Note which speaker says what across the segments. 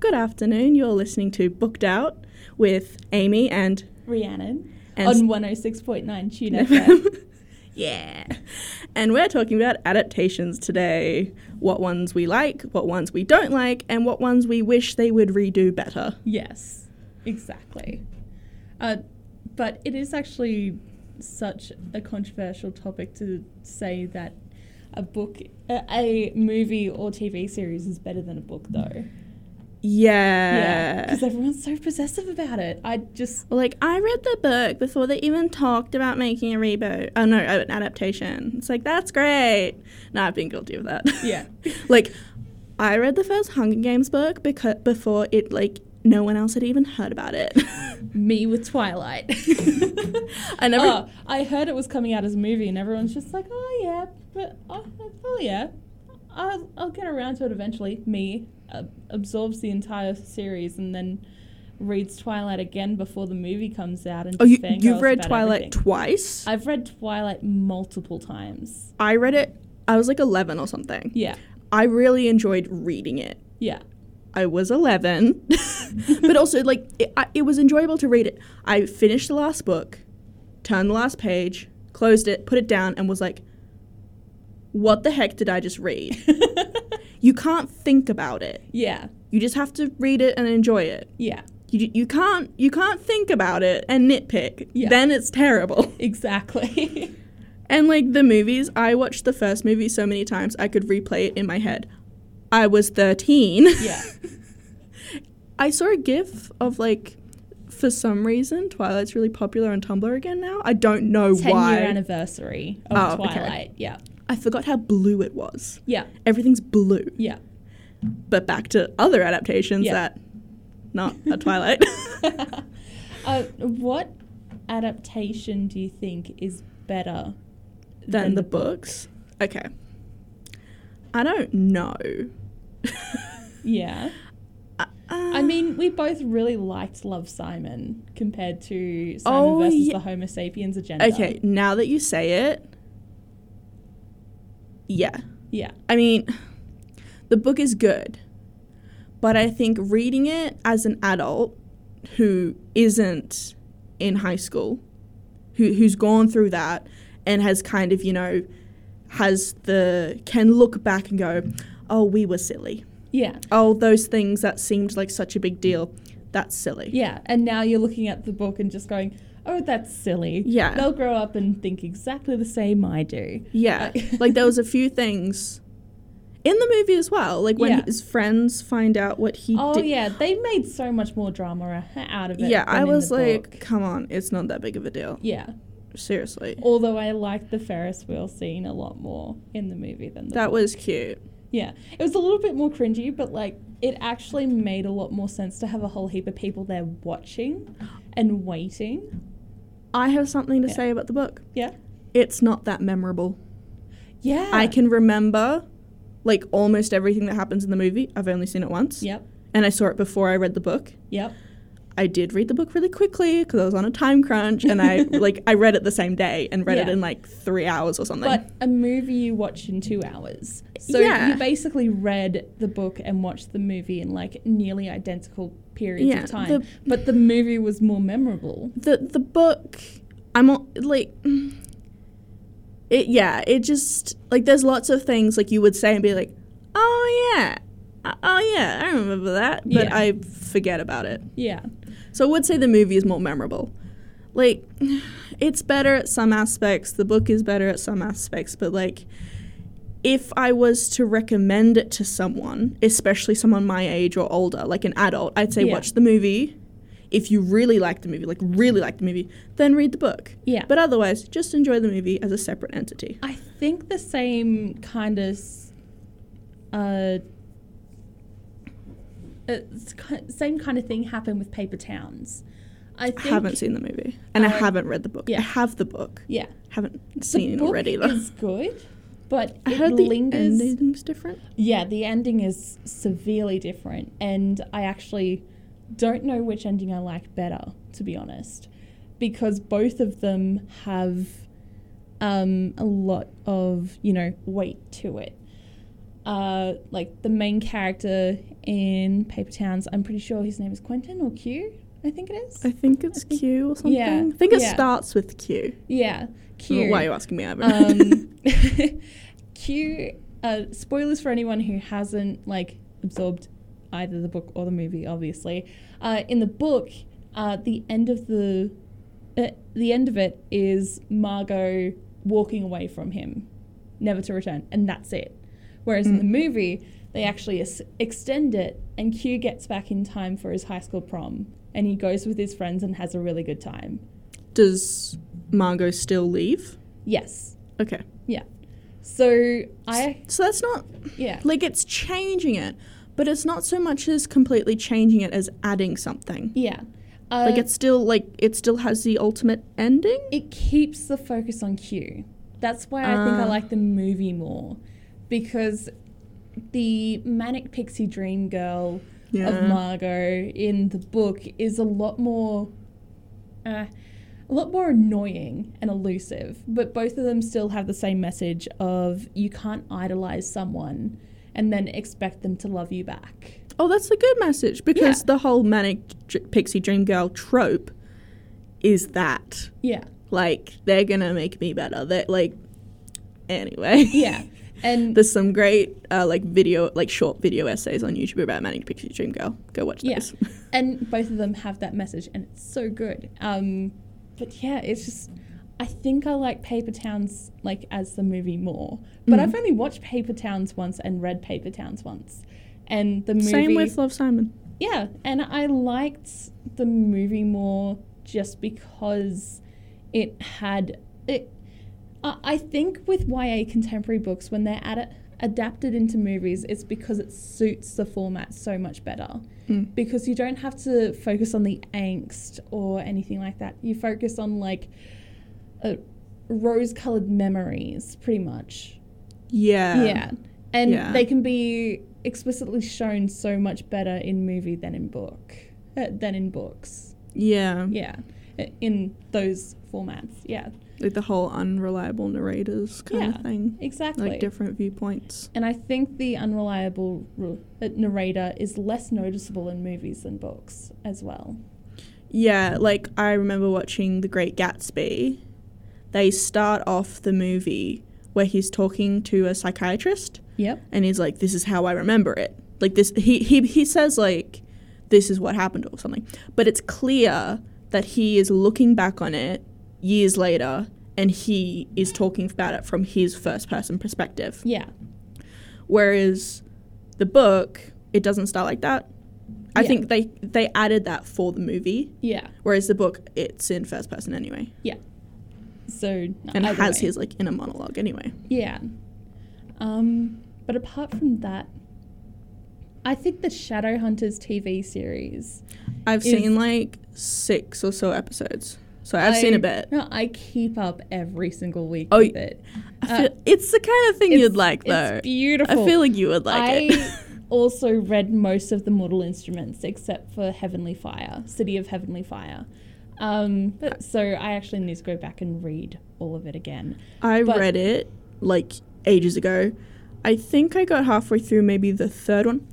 Speaker 1: Good afternoon. You're listening to Booked Out with Amy and
Speaker 2: Rhiannon
Speaker 1: and
Speaker 2: on 106.9 Tune FM.
Speaker 1: yeah. And we're talking about adaptations today. What ones we like, what ones we don't like, and what ones we wish they would redo better.
Speaker 2: yes, exactly. Uh, but it is actually such a controversial topic to say that a book, a, a movie or TV series is better than a book, though.
Speaker 1: Yeah.
Speaker 2: Because everyone's so possessive about it. I just,
Speaker 1: like I read the book before they even talked about making a reboot. Oh no, an adaptation. It's like that's great. No, I've been guilty of that.
Speaker 2: Yeah.
Speaker 1: like I read the first Hunger Games book because before it like no one else had even heard about it.
Speaker 2: me with Twilight.
Speaker 1: I never
Speaker 2: Oh, I heard it was coming out as a movie, and everyone's just like, "Oh yeah, but oh, oh yeah, I'll, I'll get around to it eventually." Me uh, absorbs the entire series and then reads Twilight again before the movie comes out. And
Speaker 1: Oh, you,
Speaker 2: just fangirls
Speaker 1: you've read
Speaker 2: about
Speaker 1: Twilight
Speaker 2: everything.
Speaker 1: twice? I,
Speaker 2: I've read Twilight multiple times.
Speaker 1: read it, I was like 11 or something.
Speaker 2: Yeah,
Speaker 1: I really enjoyed reading it.
Speaker 2: yeah,
Speaker 1: I was 11. but also, like, it, I, it was enjoyable to read it. I finished the last book, turned the last page, closed it, put it down, and was like, what the heck did I just read? you can't think about it.
Speaker 2: yeah,
Speaker 1: You just have to read it and enjoy it.
Speaker 2: yeah.
Speaker 1: You, you can't you can't think about it and nitpick.
Speaker 2: Yeah.
Speaker 1: Then it's terrible.
Speaker 2: Exactly.
Speaker 1: And like the movies, I watched the first movie so many times I could replay it in my head. I was 13.
Speaker 2: yeah.
Speaker 1: I saw a gif of like for some reason Twilight's really popular on Tumblr again now. I don't know
Speaker 2: Ten
Speaker 1: why.
Speaker 2: year anniversary
Speaker 1: Oh,
Speaker 2: of
Speaker 1: okay.
Speaker 2: Twilight. Yeah.
Speaker 1: I forgot how blue it was.
Speaker 2: Yeah.
Speaker 1: Everything's blue.
Speaker 2: Yeah.
Speaker 1: But back to other adaptations
Speaker 2: Yeah.
Speaker 1: that not a Twilight.
Speaker 2: uh, what adaptation do you think is better
Speaker 1: than the books. Okay. I don't know.
Speaker 2: Yeah.
Speaker 1: I, uh,
Speaker 2: I mean, we both really liked Love Simon compared to Simon
Speaker 1: Oh,
Speaker 2: versus
Speaker 1: ye-
Speaker 2: the Homo sapiens agenda.
Speaker 1: Okay, now that you say it, yeah.
Speaker 2: Yeah.
Speaker 1: I mean, the book is good, but I think reading it as an adult who isn't in high school, who, who's gone through that and has kind of, you know, has the, can look back and go, oh, we were silly.
Speaker 2: Yeah.
Speaker 1: Oh, those things that seemed like such a big deal, that's silly.
Speaker 2: Yeah. And now you're looking at the book and just going, oh, that's silly.
Speaker 1: Yeah.
Speaker 2: They'll grow up and think exactly the same I do.
Speaker 1: Yeah.
Speaker 2: Uh,
Speaker 1: like there was a few things in the movie as well. Like when
Speaker 2: Yeah.
Speaker 1: his friends find out what he
Speaker 2: Oh,
Speaker 1: did.
Speaker 2: yeah. They made so much more drama out of it.
Speaker 1: Yeah,
Speaker 2: than
Speaker 1: I
Speaker 2: in the
Speaker 1: was like,
Speaker 2: book.
Speaker 1: come on, it's not that big of a deal.
Speaker 2: yeah.
Speaker 1: Seriously.
Speaker 2: Although I liked the Ferris wheel scene a lot more in the movie than the
Speaker 1: That was cute.
Speaker 2: Yeah, it was a little bit more cringy, but like it actually made a lot more sense to have a whole heap of people there watching and waiting.
Speaker 1: I have something to
Speaker 2: Yeah.
Speaker 1: say about the book.
Speaker 2: Yeah,
Speaker 1: It's not that memorable.
Speaker 2: yeah.
Speaker 1: I can remember like almost everything that happens in the movie. I've only seen it once.
Speaker 2: Yep,
Speaker 1: And I saw it before I read the book.
Speaker 2: yep,
Speaker 1: I did read the book really quickly because I was on a time crunch and I like I read it the same day and read it
Speaker 2: Yeah.
Speaker 1: in like 3 hours or something.
Speaker 2: but a movie you watch in two hours, so
Speaker 1: Yeah.
Speaker 2: you basically read the book and watched the movie in like nearly identical periods
Speaker 1: Yeah,
Speaker 2: of time.
Speaker 1: the-
Speaker 2: but the movie was more memorable.
Speaker 1: the the book i'm al- like mm, it yeah it just like there's lots of things like you would say and be like oh yeah Uh, oh yeah i remember that but
Speaker 2: Yeah.
Speaker 1: i forget about it
Speaker 2: Yeah,
Speaker 1: so i would say the movie is more memorable like it's better at some aspects the book is better at some aspects but like if i was to recommend it to someone especially someone my age or older like an adult i'd say
Speaker 2: Yeah.
Speaker 1: watch the movie if you really like the movie like really like the movie then read the book
Speaker 2: yeah.
Speaker 1: but otherwise just enjoy the movie as a separate entity
Speaker 2: I think the same kind of. s- Uh, it's ki- same kind of thing happened with Paper Towns. I
Speaker 1: i
Speaker 2: think,
Speaker 1: haven't seen the movie and i
Speaker 2: um,
Speaker 1: haven't read the book i
Speaker 2: yeah.
Speaker 1: have the book
Speaker 2: Yeah,
Speaker 1: haven't
Speaker 2: the
Speaker 1: seen it
Speaker 2: book
Speaker 1: already though
Speaker 2: is good, but
Speaker 1: i
Speaker 2: it
Speaker 1: heard the
Speaker 2: lingers.
Speaker 1: ending's different
Speaker 2: Yeah, the ending is severely different, and I actually don't know which ending I like better, to be honest, because both of them have um, a lot of you know weight to it. uh, like the main character in Paper Towns. I'm pretty sure his name is Quentin or Q. I think it is.
Speaker 1: I think it's Q or something.
Speaker 2: Yeah,
Speaker 1: I think it
Speaker 2: yeah.
Speaker 1: starts with Q.
Speaker 2: yeah, Q.
Speaker 1: Why are you asking me? I haven't read it.
Speaker 2: um, Q. Uh, spoilers for anyone who hasn't like absorbed either the book or the movie. Obviously, uh, in the book, uh, the end of the uh, the end of it is Margot walking away from him, never to return, and that's it. Whereas in
Speaker 1: Mm.
Speaker 2: the movie, they actually es- extend it, and Q gets back in time for his high school prom, and he goes with his friends and has a really good time.
Speaker 1: Does Margot still leave?
Speaker 2: Yes.
Speaker 1: Okay.
Speaker 2: So I
Speaker 1: So that's not
Speaker 2: yeah.
Speaker 1: like it's changing it, but it's not so much as completely changing it as adding something.
Speaker 2: Yeah. Uh,
Speaker 1: like it's still like it still has the ultimate ending.
Speaker 2: it keeps the focus on Q. That's why I think I
Speaker 1: Ah.
Speaker 2: like the movie more because the manic pixie dream girl of Margot in the book is a lot more uh, a lot more annoying and elusive, but both of them still have the same message of you can't idolize someone and then expect them to love you back.
Speaker 1: Oh, that's a good message because
Speaker 2: Yeah.
Speaker 1: the whole manic dr- pixie dream girl trope is that
Speaker 2: Yeah.
Speaker 1: like they're gonna make me better. They like anyway.
Speaker 2: Yeah. And
Speaker 1: There's some great uh, like video, like short video essays on YouTube about manic pixie dream girl. Go watch
Speaker 2: Yeah.
Speaker 1: those.
Speaker 2: and both of them have that message and it's so good um but yeah it's just i think i like paper towns like as the movie more but
Speaker 1: Mhm.
Speaker 2: i've only watched paper towns once and read paper towns once and the movie
Speaker 1: Same with Love Simon.
Speaker 2: yeah and i liked the movie more just because it had it I I think with YA contemporary books, when they're ad- adapted into movies, it's because it suits the format so much better
Speaker 1: Hmm.
Speaker 2: because you don't have to focus on the angst or anything like that. You focus on like uh, rose colored memories, pretty much.
Speaker 1: Yeah.
Speaker 2: yeah. And
Speaker 1: yeah.
Speaker 2: they can be explicitly shown so much better in movie than in book, uh, than in books.
Speaker 1: Yeah.
Speaker 2: Yeah. I- In those formats. Yeah.
Speaker 1: Like the whole unreliable narrators kind
Speaker 2: Yeah.
Speaker 1: of thing.
Speaker 2: Exactly.
Speaker 1: Like different viewpoints.
Speaker 2: and I think the unreliable ru- uh, narrator is less noticeable in movies than books as well.
Speaker 1: Yeah, like I remember watching The Great Gatsby. They start off the movie where he's talking to a psychiatrist
Speaker 2: Yep.
Speaker 1: and he's like, This is how I remember it. Like this he he, he says like this is what happened or something. But it's clear that he is looking back on it years later and he is talking about it from his first person perspective.
Speaker 2: Yeah.
Speaker 1: Whereas the book, it doesn't start like that. I
Speaker 2: Yeah.
Speaker 1: think they they added that for the movie.
Speaker 2: Yeah.
Speaker 1: Whereas the book, it's in first person anyway,
Speaker 2: So
Speaker 1: and
Speaker 2: either
Speaker 1: has
Speaker 2: way.
Speaker 1: his like inner monologue anyway.
Speaker 2: Yeah. Um, but apart from that, I think the Shadowhunters TV series.
Speaker 1: I've
Speaker 2: Is-
Speaker 1: seen like six or so episodes, so I've seen
Speaker 2: I-
Speaker 1: a bit.
Speaker 2: No, I keep up every single week
Speaker 1: Oh,
Speaker 2: with it.
Speaker 1: I
Speaker 2: uh,
Speaker 1: feel, it's the kind of thing
Speaker 2: It's-
Speaker 1: you'd like, though.
Speaker 2: It's beautiful.
Speaker 1: I feel like you would like it.
Speaker 2: I also read most of the Mortal Instruments except for Heavenly Fire, City of Heavenly Fire. Um, but- so I actually need to go back and read all of it again.
Speaker 1: I
Speaker 2: but-
Speaker 1: read it like ages ago. I think I got halfway through maybe the third one,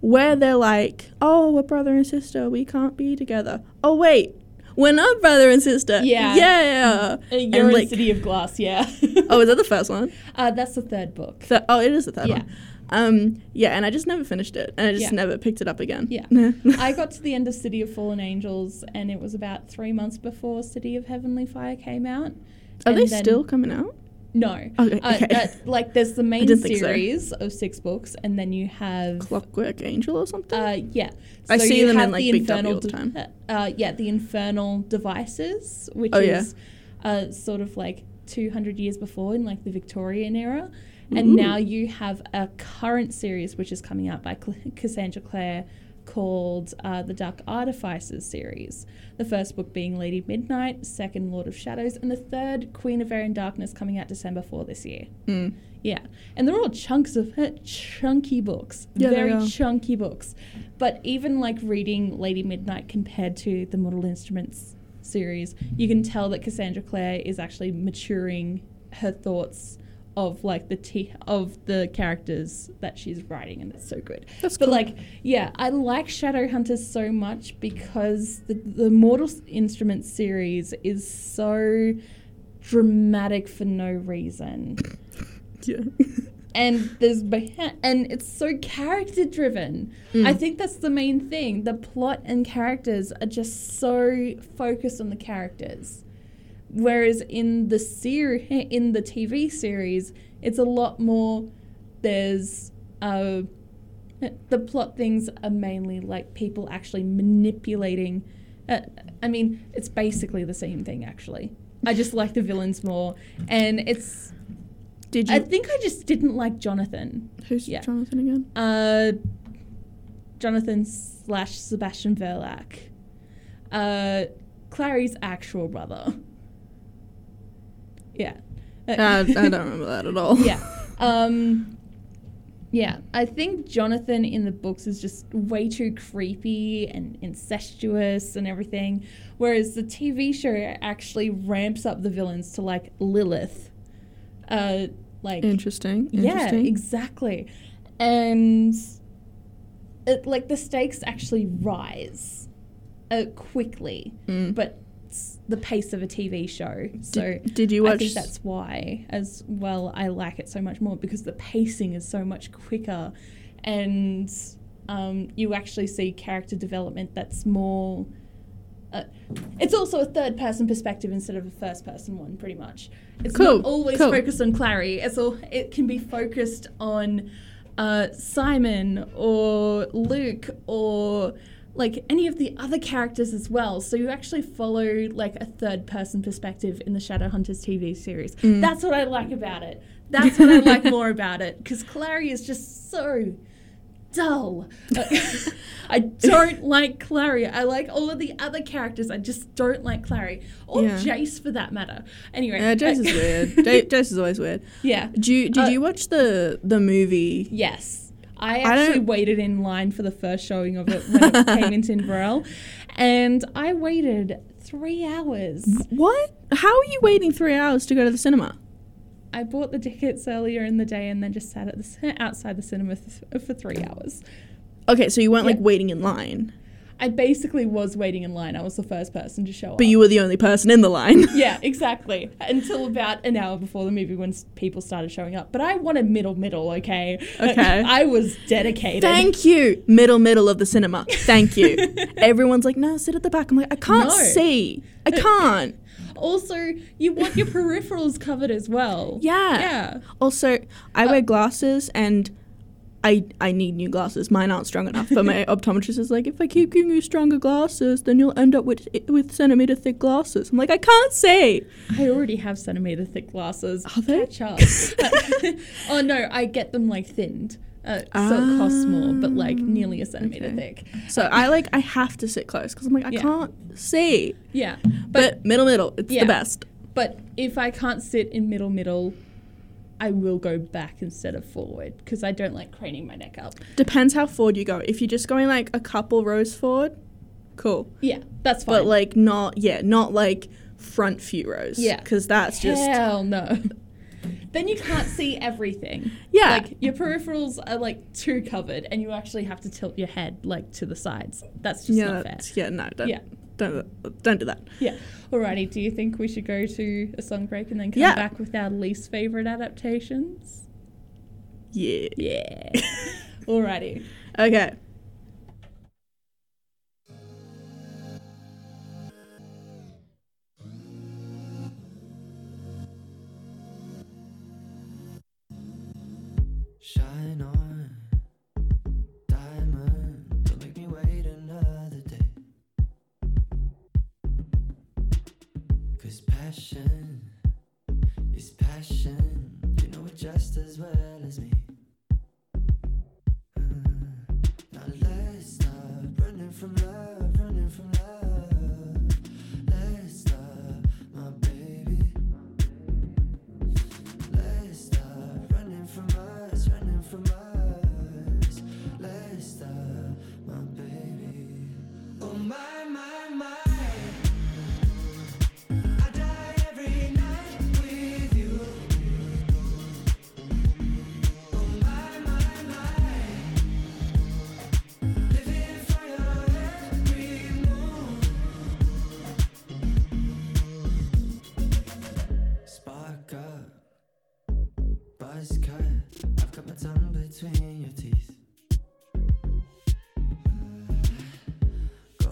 Speaker 1: where they're like, "Oh, we're brother and sister. We can't be together." Oh wait, we're not brother and sister.
Speaker 2: Yeah.
Speaker 1: yeah.
Speaker 2: Uh, You're in
Speaker 1: like-
Speaker 2: City of Glass, yeah.
Speaker 1: Oh, is that the first one?
Speaker 2: uh, that's the third book.
Speaker 1: Th- oh, it is the third
Speaker 2: Yeah.
Speaker 1: one. Um, yeah, and I just never finished it, and I just
Speaker 2: Yeah.
Speaker 1: never picked it up again.
Speaker 2: Yeah. I got to the end of City of Fallen Angels, and it was about three months before City of Heavenly Fire came out.
Speaker 1: Are
Speaker 2: and
Speaker 1: they
Speaker 2: then-
Speaker 1: still coming out?
Speaker 2: No.
Speaker 1: Okay,
Speaker 2: Uh,
Speaker 1: okay.
Speaker 2: that- like, there's the main
Speaker 1: didn't think so.
Speaker 2: series of six books, and then you have.
Speaker 1: Clockwork Angel or something?
Speaker 2: Uh, yeah.
Speaker 1: I see
Speaker 2: you
Speaker 1: them in,
Speaker 2: have
Speaker 1: like,
Speaker 2: the
Speaker 1: Big W
Speaker 2: infernal
Speaker 1: all the time.
Speaker 2: de- Uh, yeah, the Infernal Devices, which
Speaker 1: Oh, yeah.
Speaker 2: is uh, sort of like 200 years before in like the Victorian era.
Speaker 1: Ooh.
Speaker 2: And now you have a current series which is coming out by Cl- Cassandra Clare called uh, the Dark Artifices series. The first book being Lady Midnight, second Lord of Shadows, and the third Queen of Air and Darkness coming out December 4 this year.
Speaker 1: Mm.
Speaker 2: Yeah, and they're all chunks of chunky books,
Speaker 1: Yeah, they
Speaker 2: very
Speaker 1: are.
Speaker 2: chunky books. But even like reading Lady Midnight compared to the Mortal Instruments series, you can tell that Cassandra Clare is actually maturing her thoughts of like the t- of the characters that she's writing, and it's so good.
Speaker 1: That's
Speaker 2: but
Speaker 1: cool.
Speaker 2: like, yeah, I like Shadowhunters so much because the the Mortal Instruments series is so dramatic for no reason,
Speaker 1: Yeah.
Speaker 2: and there's beh- and it's so character driven.
Speaker 1: Mm.
Speaker 2: I think that's the main thing. The plot and characters are just so focused on the characters. Whereas in the ser- in the TV series, it's a lot more there's uh, the plot things are mainly like people actually manipulating uh, I mean, it's basically the same thing actually. I just like the villains more and it's
Speaker 1: Did you?
Speaker 2: I think I just didn't like Jonathan.
Speaker 1: who's
Speaker 2: yeah.
Speaker 1: Jonathan again?
Speaker 2: Uh, Jonathan slash Sebastian Verlac. Uh, Clary's actual brother. Yeah. Uh,
Speaker 1: Uh, I, I don't remember that at all.
Speaker 2: yeah. Um, yeah, I think Jonathan in the books is just way too creepy and incestuous and everything, whereas the TV show actually ramps up the villains to like Lilith. Uh, like
Speaker 1: Interesting.
Speaker 2: yeah,
Speaker 1: Interesting.
Speaker 2: exactly. And it, like the stakes actually rise uh, quickly,
Speaker 1: Mm.
Speaker 2: but it's the pace of a TV show. So
Speaker 1: did, did you watch?
Speaker 2: I think that's why, as well, I like it so much more because the pacing is so much quicker, and um, you actually see character development that's more. Uh, it's also a third person perspective instead of a first person one, pretty much. It's
Speaker 1: Cool,
Speaker 2: not always
Speaker 1: cool.
Speaker 2: focused on Clary. It's all it can be focused on uh, Simon or Luke or like any of the other characters as well. So you actually follow like a third person perspective in the Shadowhunters TV series.
Speaker 1: Mm.
Speaker 2: That's what I like about it. That's what I like more about it because Clary is just so dull. Uh, I don't like Clary. I like all of the other characters. I just don't like Clary or
Speaker 1: Yeah.
Speaker 2: Jace for that matter. Anyway,
Speaker 1: Yeah, Jace is weird. Ja- Jace is always weird.
Speaker 2: yeah.
Speaker 1: Did you did
Speaker 2: Uh,
Speaker 1: you watch the the movie?
Speaker 2: Yes.
Speaker 1: I
Speaker 2: I actually
Speaker 1: don't-
Speaker 2: waited in line for the first showing of it when it came into Inverell, and I waited three hours.
Speaker 1: What? How are you waiting three hours to go to the cinema?
Speaker 2: I bought the tickets earlier in the day and then just sat at the cin- outside the cinema th- for three hours.
Speaker 1: Okay, so you weren't like
Speaker 2: Yeah.
Speaker 1: waiting in line,
Speaker 2: I basically was waiting in line. I was the first person to show up.
Speaker 1: but you were the only person in the line.
Speaker 2: yeah, exactly. Until about an hour before the movie when s- people started showing up. But I wanted middle, middle, okay?
Speaker 1: Okay.
Speaker 2: I was dedicated.
Speaker 1: Thank you. Middle, middle of the cinema. Thank you. Everyone's like, no, sit at the back. I'm like, I can't
Speaker 2: No.
Speaker 1: see. I can't.
Speaker 2: also, you want your peripherals covered as well.
Speaker 1: Yeah.
Speaker 2: Yeah.
Speaker 1: Also, I
Speaker 2: Uh,
Speaker 1: wear glasses and I I need new glasses. Mine aren't strong enough. But my optometrist is like, if I keep giving you stronger glasses, then you'll end up with with centimeter thick glasses. I'm like, I can't see.
Speaker 2: I already have centimeter thick glasses.
Speaker 1: Are they?
Speaker 2: Catch up. oh no, I get them like thinned, uh, so it costs more, but like nearly a centimeter
Speaker 1: Ah, okay.
Speaker 2: thick.
Speaker 1: So I like I have to sit close because I'm like I
Speaker 2: Yeah.
Speaker 1: can't see.
Speaker 2: Yeah,
Speaker 1: But, middle middle, it's
Speaker 2: Yeah.
Speaker 1: the best.
Speaker 2: but if I can't sit in middle middle, I will go back instead of forward because I don't like craning my neck up.
Speaker 1: Depends how forward you go. If you're just going like a couple rows forward, cool.
Speaker 2: Yeah, that's fine.
Speaker 1: But like not yeah, not like front few rows.
Speaker 2: Yeah.
Speaker 1: because that's just
Speaker 2: hell no. Then you can't see everything.
Speaker 1: yeah.
Speaker 2: Like your peripherals are like too covered, and you actually have to tilt your head like to the sides. That's just
Speaker 1: yeah,
Speaker 2: not fair.
Speaker 1: that's- yeah, no, don't,
Speaker 2: Yeah.
Speaker 1: don't, don't do that.
Speaker 2: Yeah. Alrighty, do you think we should go to a song break and then come
Speaker 1: Yeah.
Speaker 2: back with our least favourite adaptations?
Speaker 1: Yeah.
Speaker 2: Yeah. Alrighty.
Speaker 1: Okay.
Speaker 3: Shine on, diamond. Don't make me wait another day. Cause passion is passion. You know it just as well as me. Uh, Now let's stop running from love, running from love. Let's stop, my baby. Let's stop running from us, running from us. Let's stop, my baby. Oh my, my, my. I die every Oh,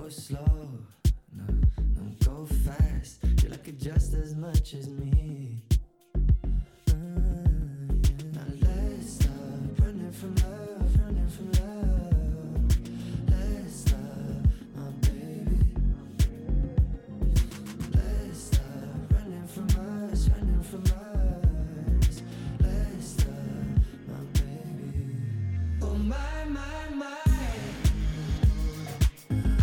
Speaker 3: slow. No, no, go fast. You like it just as much as me. Uh, yeah. Now let's stop running from love, running from love. Let's stop, my baby. Let's stop running from us, running from us. Let's stop, my baby. Oh my, my, my.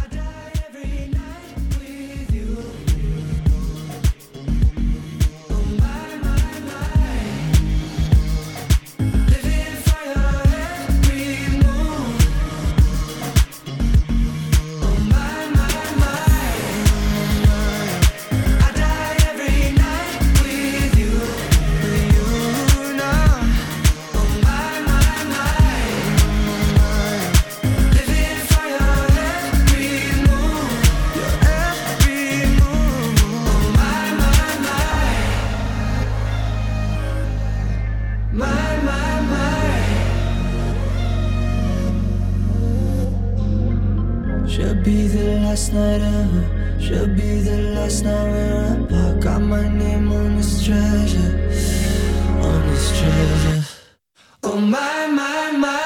Speaker 3: I die every night with you. Oh my, my, my. Living for your every move. Oh my, my, my. I die every night with you, with you now. Oh my, my, my. Living for your every move, your every move. Oh my, my, my, my, my, my. Should be the last night ever. Should be the last night we're apart. Got my name on this treasure, on this treasure. Oh my, my, my.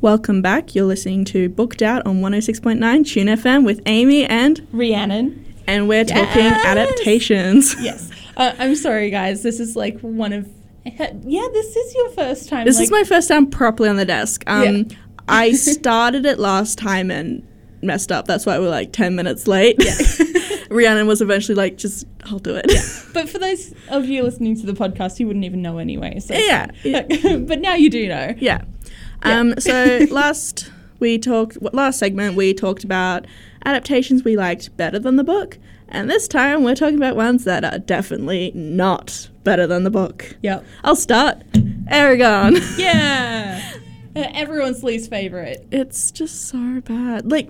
Speaker 1: Welcome back. You're listening to Booked Out on 106.9 Tune FM with Amy and
Speaker 2: Rhiannon.
Speaker 1: and we're talking
Speaker 2: Yes!
Speaker 1: adaptations.
Speaker 2: Yes. Uh, I'm sorry, guys. This is like one of. Yeah, this is your first time.
Speaker 1: This
Speaker 2: like,
Speaker 1: is my first time properly on the desk. Um,
Speaker 2: Yeah.
Speaker 1: I started it last time and messed up. That's why we're like 10 minutes late. Rhiannon was eventually like, just, I'll do it.
Speaker 2: But for those of you listening to the podcast, you wouldn't even know anyway. So
Speaker 1: Yeah,
Speaker 2: but now you do know.
Speaker 1: Yeah. Um, so last we talked, w- last segment we talked about adaptations we liked better than the book, and this time we're talking about ones that are definitely not better than the book.
Speaker 2: Yep.
Speaker 1: I'll start. Aragon.
Speaker 2: Yeah. Uh, Everyone's least favorite.
Speaker 1: It's just so bad. Like,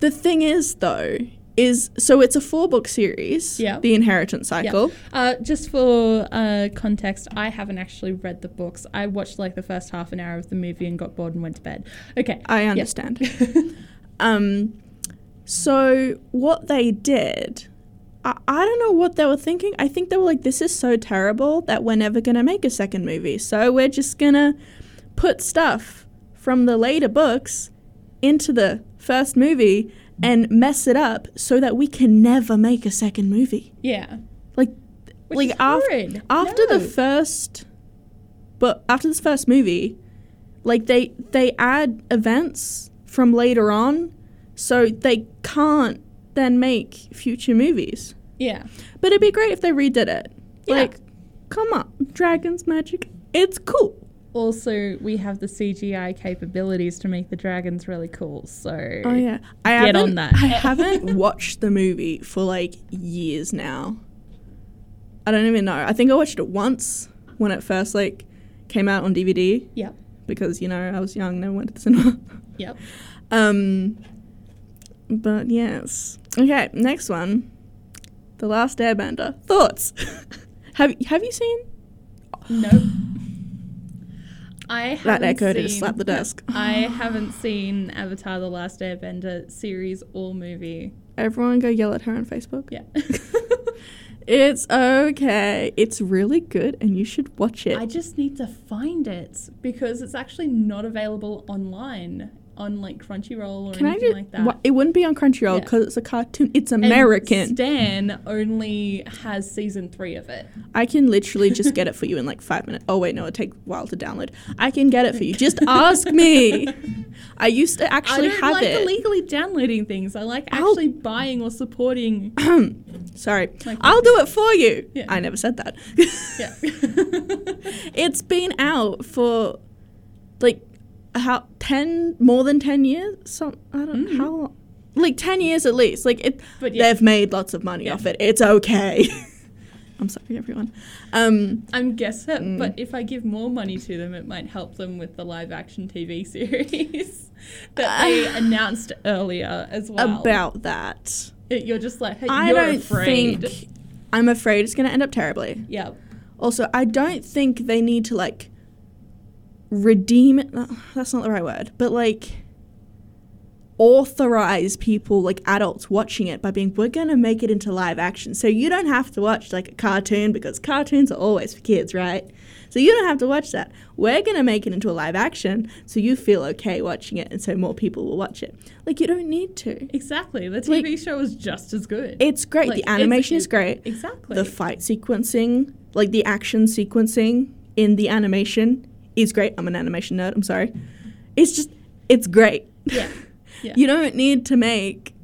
Speaker 1: the thing is though. Is so it's a four book series,
Speaker 2: Yeah.
Speaker 1: The Inheritance
Speaker 2: Yeah.
Speaker 1: Cycle.
Speaker 2: Uh, just for uh, context, I haven't actually read the books. I watched like the first half an hour of the movie and got bored and went to bed. Okay.
Speaker 1: I understand. Um, so what they did, I, I don't know what they were thinking. I think they were like, "This is so terrible that we're never gonna make a second movie. So we're just gonna put stuff from the later books into the first movie and mess it up so that we can never make a second movie."
Speaker 2: yeah.
Speaker 1: Like,
Speaker 2: Which
Speaker 1: like
Speaker 2: is
Speaker 1: after
Speaker 2: horrid.
Speaker 1: after
Speaker 2: No.
Speaker 1: the first, but after this first movie, like they they add events from later on, so they can't then make future movies.
Speaker 2: Yeah.
Speaker 1: But it'd be great if they redid it.
Speaker 2: Yeah.
Speaker 1: Like, come on, dragons magic, it's cool.
Speaker 2: Also, we have the CGI capabilities to make the dragons really cool. So
Speaker 1: Oh yeah, I
Speaker 2: Get
Speaker 1: haven't-
Speaker 2: on that.
Speaker 1: I haven't watched the movie for like years now. I don't even know. I think I watched it once when it first like came out on DVD
Speaker 2: Yep.
Speaker 1: because you know I was young, never went to the cinema.
Speaker 2: Yep.
Speaker 1: um, but yes. Okay, next one, The Last Airbender. Thoughts? have Have you seen?
Speaker 2: Nope. I haven't
Speaker 1: That echo
Speaker 2: seen,
Speaker 1: just slapped the desk.
Speaker 2: I haven't seen Avatar: The Last Airbender series or movie.
Speaker 1: Everyone go yell at her on Facebook.
Speaker 2: Yeah.
Speaker 1: It's okay. It's really good, and you should watch it.
Speaker 2: I just need to find it because it's actually not available online on like Crunchyroll or
Speaker 1: Can I
Speaker 2: anything
Speaker 1: just?
Speaker 2: like that.
Speaker 1: wha- it wouldn't be on Crunchyroll
Speaker 2: Yeah.
Speaker 1: because it's a cartoon. It's
Speaker 2: And
Speaker 1: American.
Speaker 2: Stan only has season three of it.
Speaker 1: I can literally just get it for you in like five minutes. Oh wait, no, it takes a while to download. I can get it for you. Just ask me. I used to
Speaker 2: I
Speaker 1: actually
Speaker 2: don't
Speaker 1: have
Speaker 2: like
Speaker 1: it.
Speaker 2: illegally downloading things. I like
Speaker 1: I'll-
Speaker 2: actually buying or supporting
Speaker 1: Sorry.
Speaker 2: Like-
Speaker 1: I'll do it for you.
Speaker 2: Yeah.
Speaker 1: I never said that.
Speaker 2: Yeah.
Speaker 1: it's been out for like how 10 more than 10 years some i don't
Speaker 2: Mhm.
Speaker 1: how long like 10 years at least like it
Speaker 2: But yeah.
Speaker 1: they've made lots of money
Speaker 2: Yeah.
Speaker 1: off it it's okay i'm sorry everyone um
Speaker 2: I'm guessing,
Speaker 1: Mm.
Speaker 2: but if I give more money to them, it might help them with the live action TV series that they
Speaker 1: Uh,
Speaker 2: announced earlier as well.
Speaker 1: about that
Speaker 2: It- you're just like, hey,
Speaker 1: i
Speaker 2: you're
Speaker 1: don't
Speaker 2: afraid.
Speaker 1: think i'm afraid it's going to end up terribly
Speaker 2: Yeah,
Speaker 1: also i don't think they need to like redeem it uh, that's not the right word but like authorize people like adults watching it by being we're going to make it into live action so you don't have to watch like a cartoon because cartoons are always for kids right so you don't have to watch that we're going to make it into a live action so you feel okay watching it and so more people will watch it like you don't need to
Speaker 2: exactly. The
Speaker 1: Like-
Speaker 2: TV show is just as good.
Speaker 1: it's great
Speaker 2: Like,
Speaker 1: the animation
Speaker 2: it's-
Speaker 1: is great
Speaker 2: exactly.
Speaker 1: the fight sequencing, like the action sequencing in the animation is great. I'm an animation nerd, I'm sorry. It's just it's great.
Speaker 2: Yeah, yeah.
Speaker 1: you don't need to make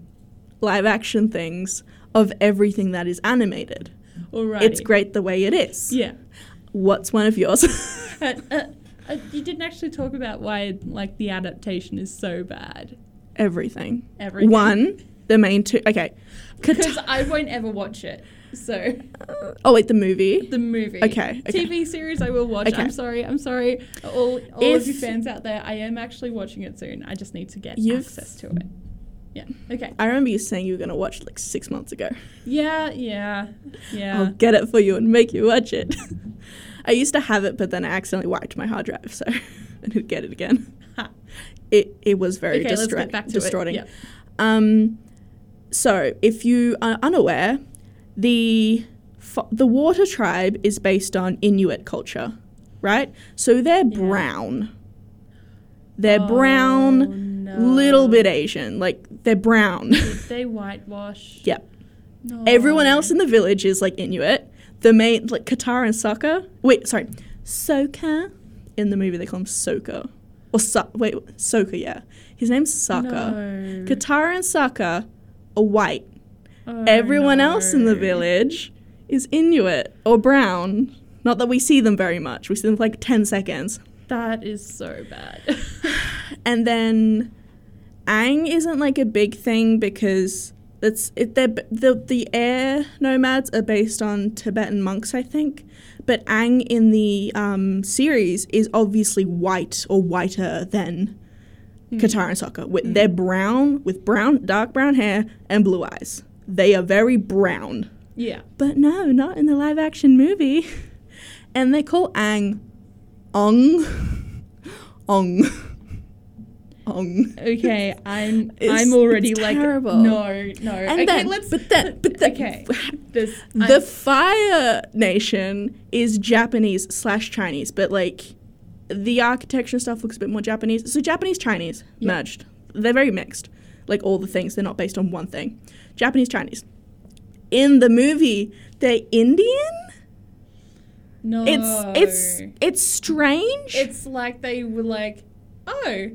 Speaker 1: live action things of everything that is animated.
Speaker 2: Alrighty.
Speaker 1: It's great the way it is.
Speaker 2: Yeah.
Speaker 1: What's one of yours?
Speaker 2: Uh, uh, uh, you didn't actually talk about why like the adaptation is so bad.
Speaker 1: everything.
Speaker 2: Everything.
Speaker 1: One, the main two. Okay. Kat-
Speaker 2: Because I won't ever watch it. So
Speaker 1: oh wait, the movie.
Speaker 2: the movie.
Speaker 1: Okay, okay.
Speaker 2: TV series I will watch.
Speaker 1: Okay.
Speaker 2: I'm sorry. I'm sorry. All, all of you
Speaker 1: If-
Speaker 2: fans out there, I am actually watching it soon. I just need to get
Speaker 1: You've-
Speaker 2: access to it. Yeah. Okay.
Speaker 1: I remember you saying you were gonna watch it, like six months ago.
Speaker 2: Yeah. Yeah. Yeah.
Speaker 1: I'll get it for you and make you watch it. I used to have it, but then I accidentally wiped my hard drive, so I didn't get it again.
Speaker 2: Ha.
Speaker 1: It it was very
Speaker 2: okay. let's
Speaker 1: distra-
Speaker 2: get back to
Speaker 1: distorting.
Speaker 2: it. Yeah.
Speaker 1: Um, so if you are unaware, the fo- the water tribe is based on Inuit culture, right? So they're
Speaker 2: Yeah.
Speaker 1: brown. They're brown,
Speaker 2: Oh,
Speaker 1: little
Speaker 2: no.
Speaker 1: bit Asian. Like they're brown.
Speaker 2: Did they whitewash?
Speaker 1: yep.
Speaker 2: No.
Speaker 1: Everyone else in the village is like Inuit. The main like Katara and Sokka. Wait, sorry, Sokka. In the movie, they call him Sokka. Or so- wait, Sokka. Yeah, his name's Sokka.
Speaker 2: No.
Speaker 1: Katara and Sokka are white.
Speaker 2: Oh,
Speaker 1: Everyone else in the
Speaker 2: no.
Speaker 1: village is Inuit or brown. Not that we see them very much. We see them for like ten seconds,
Speaker 2: That is so bad.
Speaker 1: and then Ang isn't like a big thing because it's it, they're, b- the the air nomads are based on Tibetan monks, I think. But Ang in the um, series is obviously white or whiter than
Speaker 2: Hmm.
Speaker 1: Katara and Sokka. With they're brown with brown dark brown hair and blue eyes. They are very brown.
Speaker 2: yeah.
Speaker 1: But no, not in the live action movie. And they call Ang Ong. Ong. Ong.
Speaker 2: Uh, Okay, I'm
Speaker 1: It's-
Speaker 2: I'm already
Speaker 1: it's
Speaker 2: like
Speaker 1: terrible.
Speaker 2: no, no.
Speaker 1: And
Speaker 2: okay,
Speaker 1: then-
Speaker 2: let's
Speaker 1: but then-
Speaker 2: let-
Speaker 1: but then-
Speaker 2: okay. This
Speaker 1: The
Speaker 2: I'm-
Speaker 1: Fire Nation is Japanese slash Chinese, but like the architecture and stuff looks a bit more Japanese. So Japanese Chinese
Speaker 2: Yeah.
Speaker 1: merged. They're very mixed. Like all the things, they're not based on one thing. Japanese Chinese. In the movie, they're Indian.
Speaker 2: no.
Speaker 1: It's it's it's strange.
Speaker 2: Oh. it's like they were like, oh,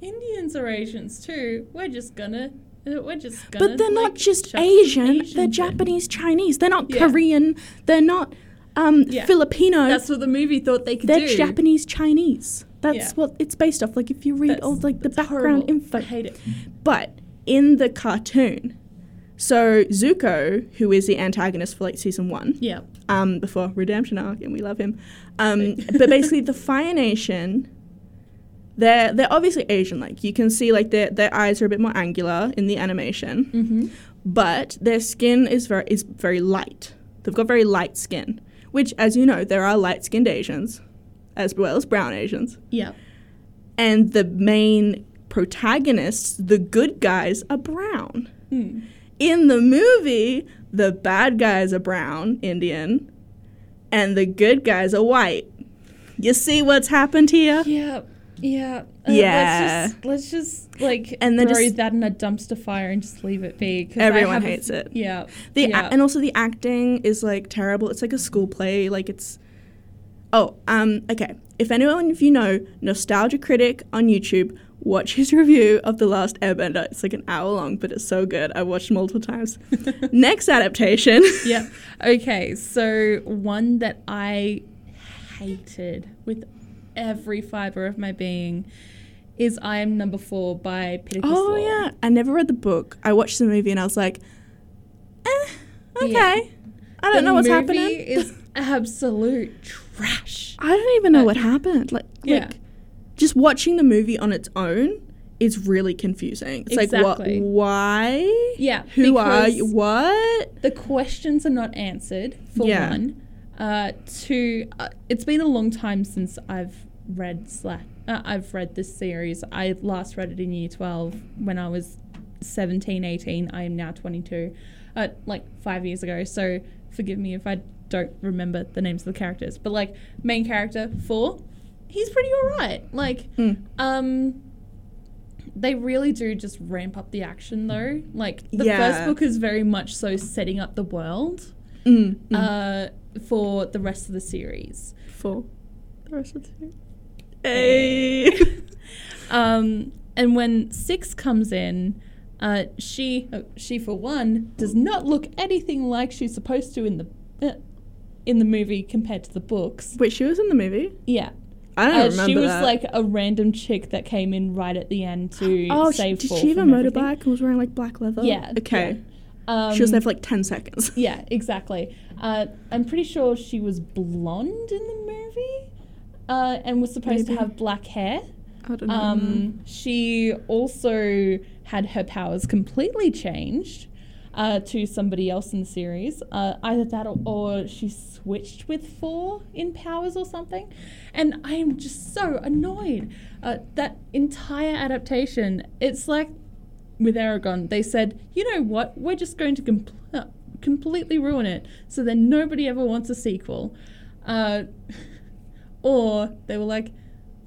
Speaker 2: Indians are Asians too. We're just gonna uh, we're just gonna.
Speaker 1: But they're not
Speaker 2: like,
Speaker 1: just
Speaker 2: chuck
Speaker 1: Asian, They're
Speaker 2: in.
Speaker 1: Japanese Chinese. They're not
Speaker 2: Yeah.
Speaker 1: Korean. They're not um,
Speaker 2: Yeah.
Speaker 1: Filipino.
Speaker 2: That's what the movie thought they could
Speaker 1: they're
Speaker 2: do.
Speaker 1: Japanese Chinese. That's
Speaker 2: Yeah.
Speaker 1: what it's based off. Like if you read
Speaker 2: That's-
Speaker 1: all like the
Speaker 2: that's
Speaker 1: background
Speaker 2: horrible.
Speaker 1: info.
Speaker 2: I hate it.
Speaker 1: But in the cartoon, so Zuko, who is the antagonist for like season one,
Speaker 2: Yeah.
Speaker 1: um, before redemption arc, and we love him. Um, but basically, the Fire Nation, they're they're obviously Asian. Like you can see, like their their eyes are a bit more angular in the animation
Speaker 2: Mm-hmm.
Speaker 1: but their skin is very is very light. They've got very light skin, which, as you know, there are light-skinned Asians, as well as brown Asians,
Speaker 2: Yeah.
Speaker 1: and the main protagonists, the good guys, are brown.
Speaker 2: Hmm.
Speaker 1: In the movie, the bad guys are brown, Indian, and the good guys are white. You see what's happened here?
Speaker 2: Yeah. Yeah. Uh,
Speaker 1: Yeah.
Speaker 2: Let's just, let's just like
Speaker 1: And then
Speaker 2: throw
Speaker 1: just-
Speaker 2: that in a dumpster fire and just leave it be. 'cause I
Speaker 1: Everyone
Speaker 2: have a-
Speaker 1: hates it.
Speaker 2: Yeah.
Speaker 1: The
Speaker 2: yeah.
Speaker 1: a- and also the acting is like terrible. It's like a school play. Like it's oh um okay. If anyone of you know Nostalgia Critic on YouTube, watch his review of The Last Airbender. It's like an hour long, but it's so good. I watched multiple times. Next adaptation.
Speaker 2: yeah. Okay, so one that I hated with every fiber of my being is I Am Number Four by Peter
Speaker 1: Oh
Speaker 2: Kissel.
Speaker 1: yeah, I never read the book. I watched the movie and I was like, eh, okay.
Speaker 2: Yeah.
Speaker 1: I don't
Speaker 2: The
Speaker 1: know what's
Speaker 2: movie
Speaker 1: happening.
Speaker 2: is absolute trash.
Speaker 1: I don't even know
Speaker 2: Uh,
Speaker 1: what happened. Like,
Speaker 2: yeah.
Speaker 1: like just watching the movie on its own is really confusing. It's like what
Speaker 2: Exactly.
Speaker 1: why?
Speaker 2: Yeah,
Speaker 1: Who are you?
Speaker 2: because-
Speaker 1: What?
Speaker 2: The questions are not answered, for
Speaker 1: Yeah.
Speaker 2: one. Uh, two, uh, it's been a long time since I've read Slack. Uh, I've read this series. I last read it in year 12 when I was 17, 18. I am now 22, uh, like five years ago. So forgive me if I don't remember the names of the characters. But like, main character, four, he's pretty all right. Like,
Speaker 1: Mm.
Speaker 2: um, they really do just ramp up the action though. Like the
Speaker 1: Yeah.
Speaker 2: first book is very much so setting up the world
Speaker 1: Mm, mm.
Speaker 2: uh, for the rest of the series.
Speaker 1: for the rest of the series. Hey.
Speaker 2: Um, and when six comes in, uh, she uh, she for one does not look anything like she's supposed to in the uh, in the movie compared to the books.
Speaker 1: Wait, she was in the movie.
Speaker 2: Yeah,
Speaker 1: I don't
Speaker 2: Uh,
Speaker 1: remember
Speaker 2: she was
Speaker 1: that.
Speaker 2: like a random chick that came in right at the end to
Speaker 1: oh, she,
Speaker 2: save.
Speaker 1: did
Speaker 2: Paul
Speaker 1: she have a
Speaker 2: from everything.
Speaker 1: motorbike and was wearing like black leather?
Speaker 2: Yeah.
Speaker 1: Okay.
Speaker 2: yeah. Um,
Speaker 1: she was there for like ten seconds.
Speaker 2: Yeah, exactly. Uh, I'm pretty sure she was blonde in the movie uh, and was supposed
Speaker 1: Maybe.
Speaker 2: to have black hair.
Speaker 1: I don't know.
Speaker 2: Um, she also had her powers completely changed uh, to somebody else in the series. Uh, either that or, or she switched with four in powers or something. And I am just so annoyed. Uh, that entire adaptation, it's like with Aragon, they said, you know what, we're just going to com- uh, completely ruin it so then nobody ever wants a sequel. Uh, or they were like,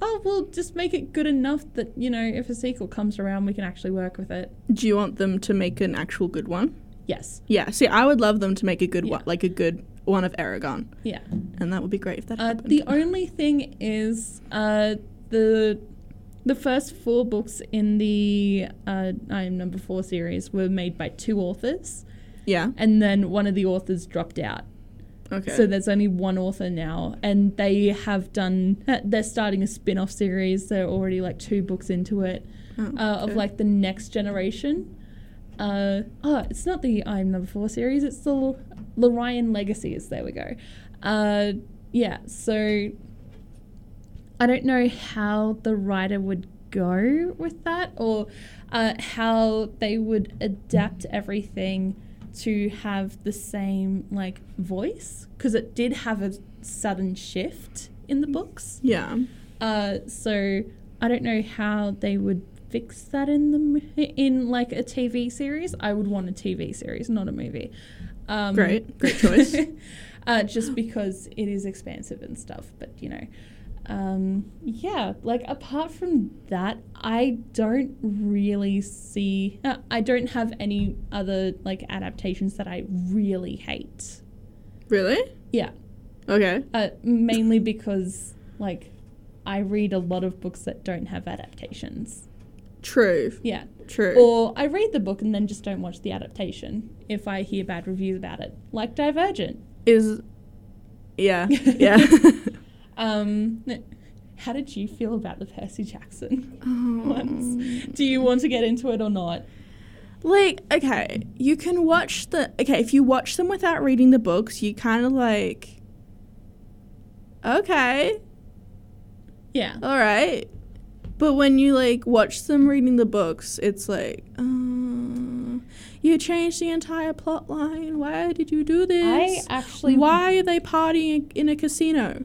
Speaker 2: oh, we'll just make it good enough that, you know, if a sequel comes around, we can actually work with it.
Speaker 1: Do you want them to make an actual good one?
Speaker 2: Yes.
Speaker 1: Yeah. See, I would love them to make a good one,
Speaker 2: Yeah.
Speaker 1: like a good one of Aragon,
Speaker 2: Yeah.
Speaker 1: and that would be great if that
Speaker 2: Uh,
Speaker 1: happened.
Speaker 2: the only thing is uh, the the first four books in the uh, I Am Number Four series were made by two authors,
Speaker 1: yeah.
Speaker 2: and then one of the authors dropped out.
Speaker 1: Okay.
Speaker 2: So there's only one author now, and they have done. uh, They're starting a spin-off series. They're already like two books into it,
Speaker 1: Oh,
Speaker 2: uh, of
Speaker 1: okay.
Speaker 2: like the next generation. Uh, oh, it's not the I'm Number Four series. It's the L- Lorian Legacies. There we go. Uh, yeah. So I don't know how the writer would go with that, or uh, how they would adapt everything to have the same like voice because it did have a sudden shift in the books.
Speaker 1: yeah.
Speaker 2: Uh, so I don't know how they would fix that in the mo- in like a TV series. I would want a TV series, not a movie. Um,
Speaker 1: Great. Great choice.
Speaker 2: uh, just because it is expansive and stuff. But you know, um, yeah. Like apart from that, I don't really see. Uh, I don't have any other like adaptations that I really hate.
Speaker 1: Really?
Speaker 2: Yeah.
Speaker 1: Okay.
Speaker 2: Uh, mainly because, like, I read a lot of books that don't have adaptations.
Speaker 1: True.
Speaker 2: Yeah.
Speaker 1: True.
Speaker 2: Or I read the book and then just don't watch the adaptation if I hear bad reviews about it, like Divergent.
Speaker 1: Is yeah. Yeah.
Speaker 2: Um, how did you feel about the Percy Jackson ones?
Speaker 1: Oh.
Speaker 2: Do you want to get into it or not?
Speaker 1: Like, okay, you can watch the okay, if you watch them without reading the books, you kind of like okay,
Speaker 2: Yeah.
Speaker 1: all right. But when you like watch them reading the books, it's like, uh, you changed the entire plot line. Why did you do
Speaker 2: I
Speaker 1: this?
Speaker 2: actually.
Speaker 1: Why are they partying in a casino?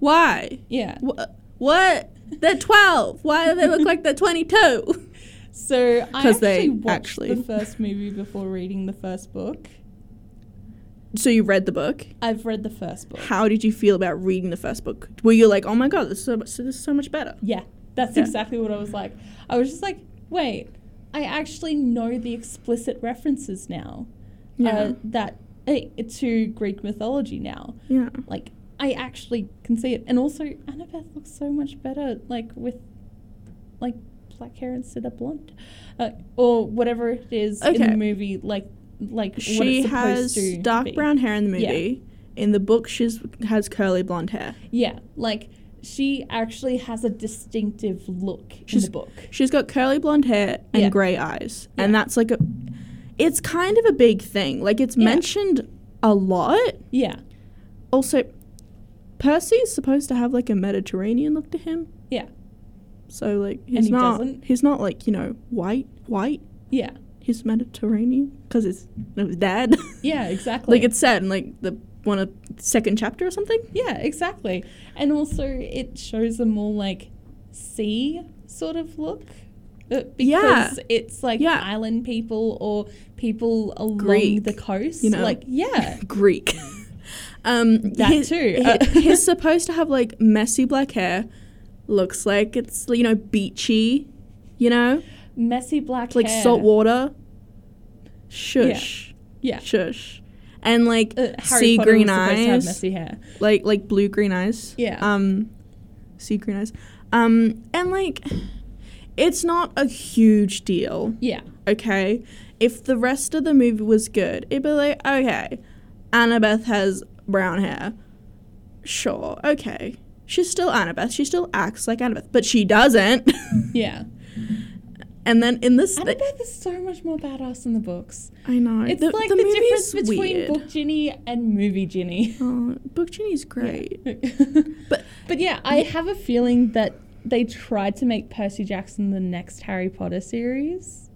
Speaker 1: Why?
Speaker 2: Yeah.
Speaker 1: Wha what? They're 12. Why do they look like they're 22?
Speaker 2: So I
Speaker 1: 'Cause
Speaker 2: actually
Speaker 1: they
Speaker 2: watched
Speaker 1: actually-
Speaker 2: the first movie before reading the first book.
Speaker 1: So you read the book.
Speaker 2: I've read the first book.
Speaker 1: How did you feel about reading the first book? Were you like, oh my god, this is so much, this is so much better?
Speaker 2: Yeah, that's
Speaker 1: Yeah.
Speaker 2: exactly what I was like. I was just like, wait, I actually know the explicit references now.
Speaker 1: Yeah.
Speaker 2: Uh, that eh, to Greek mythology now.
Speaker 1: Yeah.
Speaker 2: Like I actually can see it, and also Annabeth looks so much better. Like with like black hair instead of blonde, uh, or whatever it is in
Speaker 1: Okay.
Speaker 2: the movie. Like like what
Speaker 1: She
Speaker 2: it's
Speaker 1: has
Speaker 2: supposed to
Speaker 1: dark
Speaker 2: be.
Speaker 1: brown hair in the
Speaker 2: Yeah.
Speaker 1: movie. In the book, she's has curly blonde hair.
Speaker 2: Yeah, like she actually has a distinctive look in
Speaker 1: She's-
Speaker 2: the book.
Speaker 1: She's got curly blonde hair and
Speaker 2: Yeah.
Speaker 1: gray eyes,
Speaker 2: Yeah.
Speaker 1: and that's like a. It's kind of a big thing. Like it's
Speaker 2: Yeah.
Speaker 1: mentioned a lot.
Speaker 2: Yeah,
Speaker 1: Also, Percy's supposed to have like a Mediterranean look to him.
Speaker 2: yeah,
Speaker 1: So like he's
Speaker 2: he
Speaker 1: not
Speaker 2: doesn't?
Speaker 1: he's not like you know white white.
Speaker 2: yeah,
Speaker 1: He's Mediterranean because his no, his dad.
Speaker 2: yeah. Exactly.
Speaker 1: like it's said in like the one of second chapter or something.
Speaker 2: Yeah, exactly. And also, it shows a more like sea sort of look. uh, Because
Speaker 1: Yeah.
Speaker 2: it's like
Speaker 1: Yeah.
Speaker 2: island people or people along
Speaker 1: Greek,
Speaker 2: the coast.
Speaker 1: you know.
Speaker 2: Like, yeah.
Speaker 1: Greek. um,
Speaker 2: That too. Uh,
Speaker 1: he- he's supposed to have like messy black hair. Looks like it's you know beachy, you know,
Speaker 2: Messy black
Speaker 1: it's like
Speaker 2: hair.
Speaker 1: salt water. Shush,
Speaker 2: Yeah.
Speaker 1: shush, and like
Speaker 2: Uh, Harry
Speaker 1: sea
Speaker 2: Potter
Speaker 1: green
Speaker 2: was supposed to have
Speaker 1: eyes,
Speaker 2: messy hair.
Speaker 1: like like blue green eyes.
Speaker 2: Yeah.
Speaker 1: Um, sea green eyes. Um, and like, it's not a huge deal
Speaker 2: Yeah.
Speaker 1: okay? If the rest of the movie was good, it'd be like, okay, Annabeth has brown hair. Sure, okay. She's still Annabeth. She still acts like Annabeth, but she doesn't.
Speaker 2: Yeah.
Speaker 1: and then in this, thi-
Speaker 2: Annabeth is so much more badass in the books.
Speaker 1: I know
Speaker 2: It's like the,
Speaker 1: movie's
Speaker 2: difference between
Speaker 1: weird.
Speaker 2: book Ginny and movie Ginny.
Speaker 1: Oh, book Ginny's great.
Speaker 2: but
Speaker 1: But-
Speaker 2: but yeah, I have a feeling that they tried to make Percy Jackson the next Harry Potter series.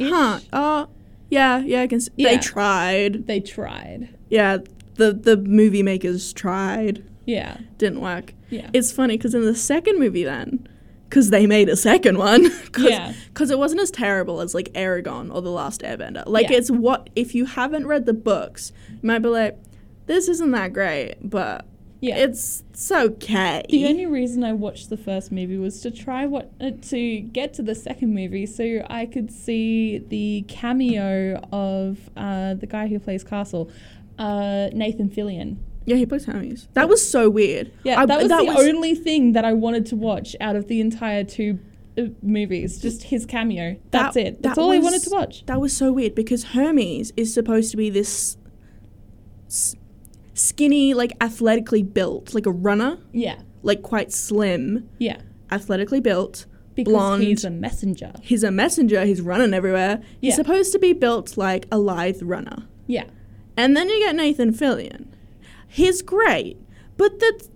Speaker 1: Huh? Uh, yeah, yeah. I can. See.
Speaker 2: Yeah.
Speaker 1: They tried.
Speaker 2: They tried.
Speaker 1: Yeah, the the movie makers tried.
Speaker 2: Yeah.
Speaker 1: Didn't work.
Speaker 2: Yeah.
Speaker 1: It's funny because in the second movie, then, because they made a second one, because
Speaker 2: Yeah.
Speaker 1: it wasn't as terrible as like Aragon or The Last Airbender. Like,
Speaker 2: Yeah.
Speaker 1: it's what if you haven't read the books, you might be like, this isn't that great, but
Speaker 2: yeah.
Speaker 1: it's it's okay.
Speaker 2: the only reason I watched the first movie was to try what uh, to get to the second movie so I could see the cameo of uh, the guy who plays Castle, uh, Nathan Fillion.
Speaker 1: yeah, he plays Hermes. That was so weird.
Speaker 2: Yeah,
Speaker 1: I-
Speaker 2: that was the only thing that I wanted to watch out of the entire two uh, movies. Just his cameo. That's
Speaker 1: that-
Speaker 2: it. That's
Speaker 1: that
Speaker 2: all I
Speaker 1: was-
Speaker 2: wanted to watch.
Speaker 1: That was so weird because Hermes is supposed to be this. s- Skinny, like athletically built, like a runner,
Speaker 2: Yeah,
Speaker 1: like quite slim,
Speaker 2: yeah.
Speaker 1: athletically built,
Speaker 2: Because
Speaker 1: blonde.
Speaker 2: he's a messenger.
Speaker 1: He's a messenger. He's running everywhere. He's
Speaker 2: Yeah.
Speaker 1: supposed to be built like a lithe runner.
Speaker 2: Yeah,
Speaker 1: And then you get Nathan Fillion. He's great, but that's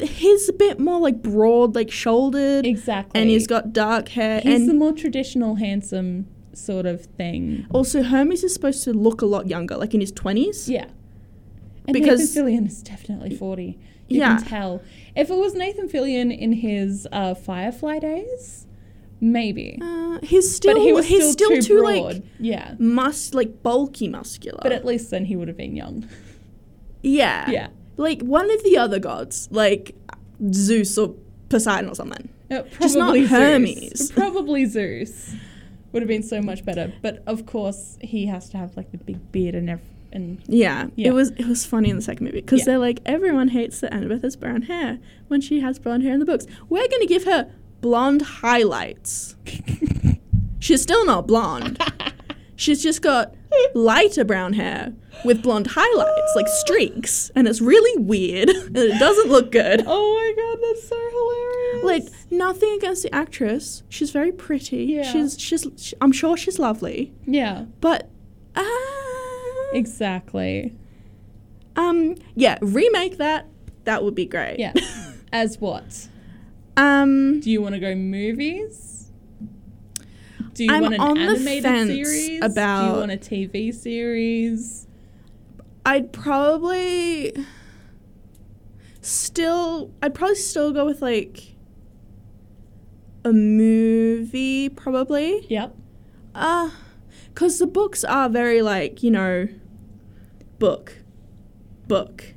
Speaker 1: he's a bit more like broad, like shouldered,
Speaker 2: exactly.
Speaker 1: and he's got dark hair.
Speaker 2: He's
Speaker 1: and
Speaker 2: the more traditional, handsome sort of thing.
Speaker 1: also, Hermes is supposed to look a lot younger, like in his twenties.
Speaker 2: Yeah. And
Speaker 1: Because-
Speaker 2: Nathan Fillion is definitely 40. You
Speaker 1: Yeah.
Speaker 2: can tell. If it was Nathan Fillion in his uh, Firefly days, maybe.
Speaker 1: Uh, he's still
Speaker 2: but he was
Speaker 1: he's still,
Speaker 2: still,
Speaker 1: too,
Speaker 2: broad.
Speaker 1: like
Speaker 2: yeah.
Speaker 1: mus like bulky muscular.
Speaker 2: But at least then he would have been young.
Speaker 1: yeah,
Speaker 2: Yeah.
Speaker 1: like one of the other gods, like Zeus or Poseidon or something.
Speaker 2: Uh,
Speaker 1: Just not
Speaker 2: probably Zeus.
Speaker 1: Hermes.
Speaker 2: Probably Zeus would have been so much better. But of course, he has to have like the big beard and ev- and
Speaker 1: Yeah,
Speaker 2: Yeah.
Speaker 1: it was it was funny in the second movie because
Speaker 2: Yeah.
Speaker 1: they're like everyone hates that Annabeth has brown hair when she has blonde hair in the books. We're gonna give her blonde highlights. She's still not blonde. She's just got lighter brown hair with blonde highlights, like streaks, and it's really weird and it doesn't look good.
Speaker 2: Oh my god, that's so hilarious!
Speaker 1: Like nothing against the actress, she's very pretty.
Speaker 2: Yeah.
Speaker 1: She's she's she, I'm sure she's lovely,
Speaker 2: yeah,
Speaker 1: but. Uh,
Speaker 2: exactly.
Speaker 1: um yeah remake that that would be great
Speaker 2: Yeah. As what?
Speaker 1: Um,
Speaker 2: Do you want to go movies? Do you
Speaker 1: I'm
Speaker 2: want an
Speaker 1: on the
Speaker 2: animated
Speaker 1: fence
Speaker 2: series? Do
Speaker 1: about-
Speaker 2: you want a TV series?
Speaker 1: I'd probably still, I'd probably still go with like a movie, probably.
Speaker 2: Yep.
Speaker 1: Uh, cause the books are very like you know, book, book,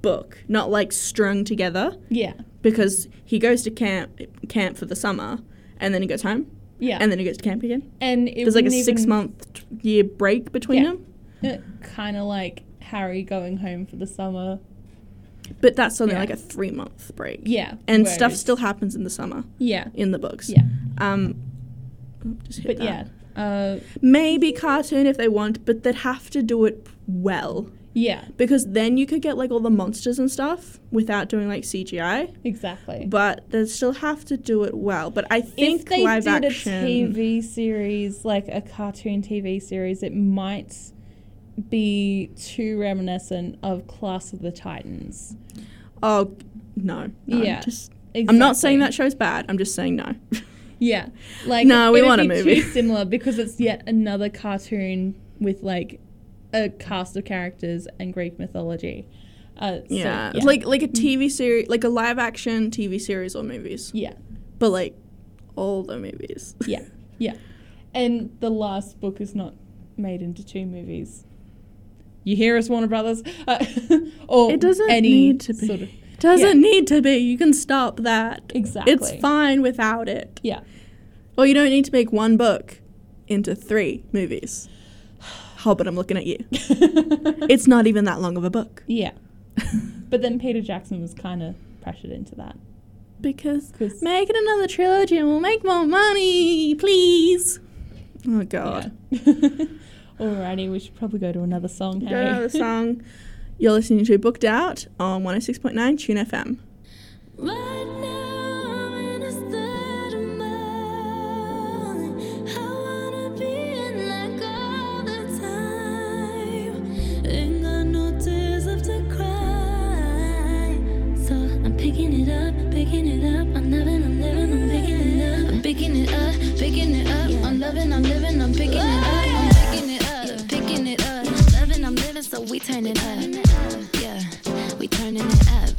Speaker 1: book, not like strung together.
Speaker 2: Yeah.
Speaker 1: Because he goes to camp camp for the summer, and then he goes home,
Speaker 2: Yeah.
Speaker 1: and then he goes to camp again.
Speaker 2: and it
Speaker 1: There's like a
Speaker 2: wouldn't
Speaker 1: six
Speaker 2: even-
Speaker 1: month year break between
Speaker 2: Yeah.
Speaker 1: them.
Speaker 2: kind of like Harry going home for the summer.
Speaker 1: But that's only
Speaker 2: Yeah.
Speaker 1: like a three month break.
Speaker 2: Yeah.
Speaker 1: And stuff
Speaker 2: whereas-
Speaker 1: still happens in the summer
Speaker 2: Yeah.
Speaker 1: in the books.
Speaker 2: Yeah.
Speaker 1: Um, oh, just hit that.
Speaker 2: But yeah. Uh,
Speaker 1: Maybe cartoon if they want, but they'd have to do it well
Speaker 2: yeah.
Speaker 1: because then you could get like all the monsters and stuff without doing like CGI.
Speaker 2: Exactly.
Speaker 1: But they still have to do it well. But I think
Speaker 2: if they
Speaker 1: live
Speaker 2: did
Speaker 1: action.
Speaker 2: a TV series, like a cartoon TV series, it might be too reminiscent of Class of the Titans.
Speaker 1: Oh no, no
Speaker 2: Yeah,
Speaker 1: just- I'm not saying that
Speaker 2: Exactly.
Speaker 1: show's bad. I'm just saying no.
Speaker 2: Yeah, like
Speaker 1: No, we
Speaker 2: it'd
Speaker 1: want a
Speaker 2: be
Speaker 1: movie.
Speaker 2: too similar because it's yet another cartoon with like a cast of characters and Greek mythology. Uh, so, Mm-hmm.
Speaker 1: yeah. like like a TV series, like a live action TV series or movies,
Speaker 2: yeah,
Speaker 1: but like all the movies.
Speaker 2: yeah, yeah. And the last book is not made into two movies. You hear us, Warner Brothers? Uh, or
Speaker 1: It doesn't
Speaker 2: any
Speaker 1: need to be.
Speaker 2: sort of
Speaker 1: Doesn't need to be. You can stop that.
Speaker 2: exactly.
Speaker 1: It's fine without it.
Speaker 2: Yeah,
Speaker 1: Or you don't need to make one book into three movies. Hobbit, I'm looking at you. It's not even that long of a book
Speaker 2: yeah. But then Peter Jackson was kind of pressured into that
Speaker 1: because
Speaker 2: because
Speaker 1: make it another trilogy and we'll make more money, please. Oh God.
Speaker 2: Yeah. Alrighty, we should probably go to another song. Hey?
Speaker 1: Go to the song. You're listening to Booked Out on 106.9 Tune FM.
Speaker 4: Right now I'm in a state of mind. I wanna be in like all the time. Ain't got no tears left to cry. So I'm picking it up, picking it up. I'm loving, I'm living, I'm picking it up. I'm picking it up, picking it up. I'm loving, I'm living, I'm picking it up. I'm picking it up, picking it up. Loving, I'm living, so we turn it up. Yeah, we turning it up.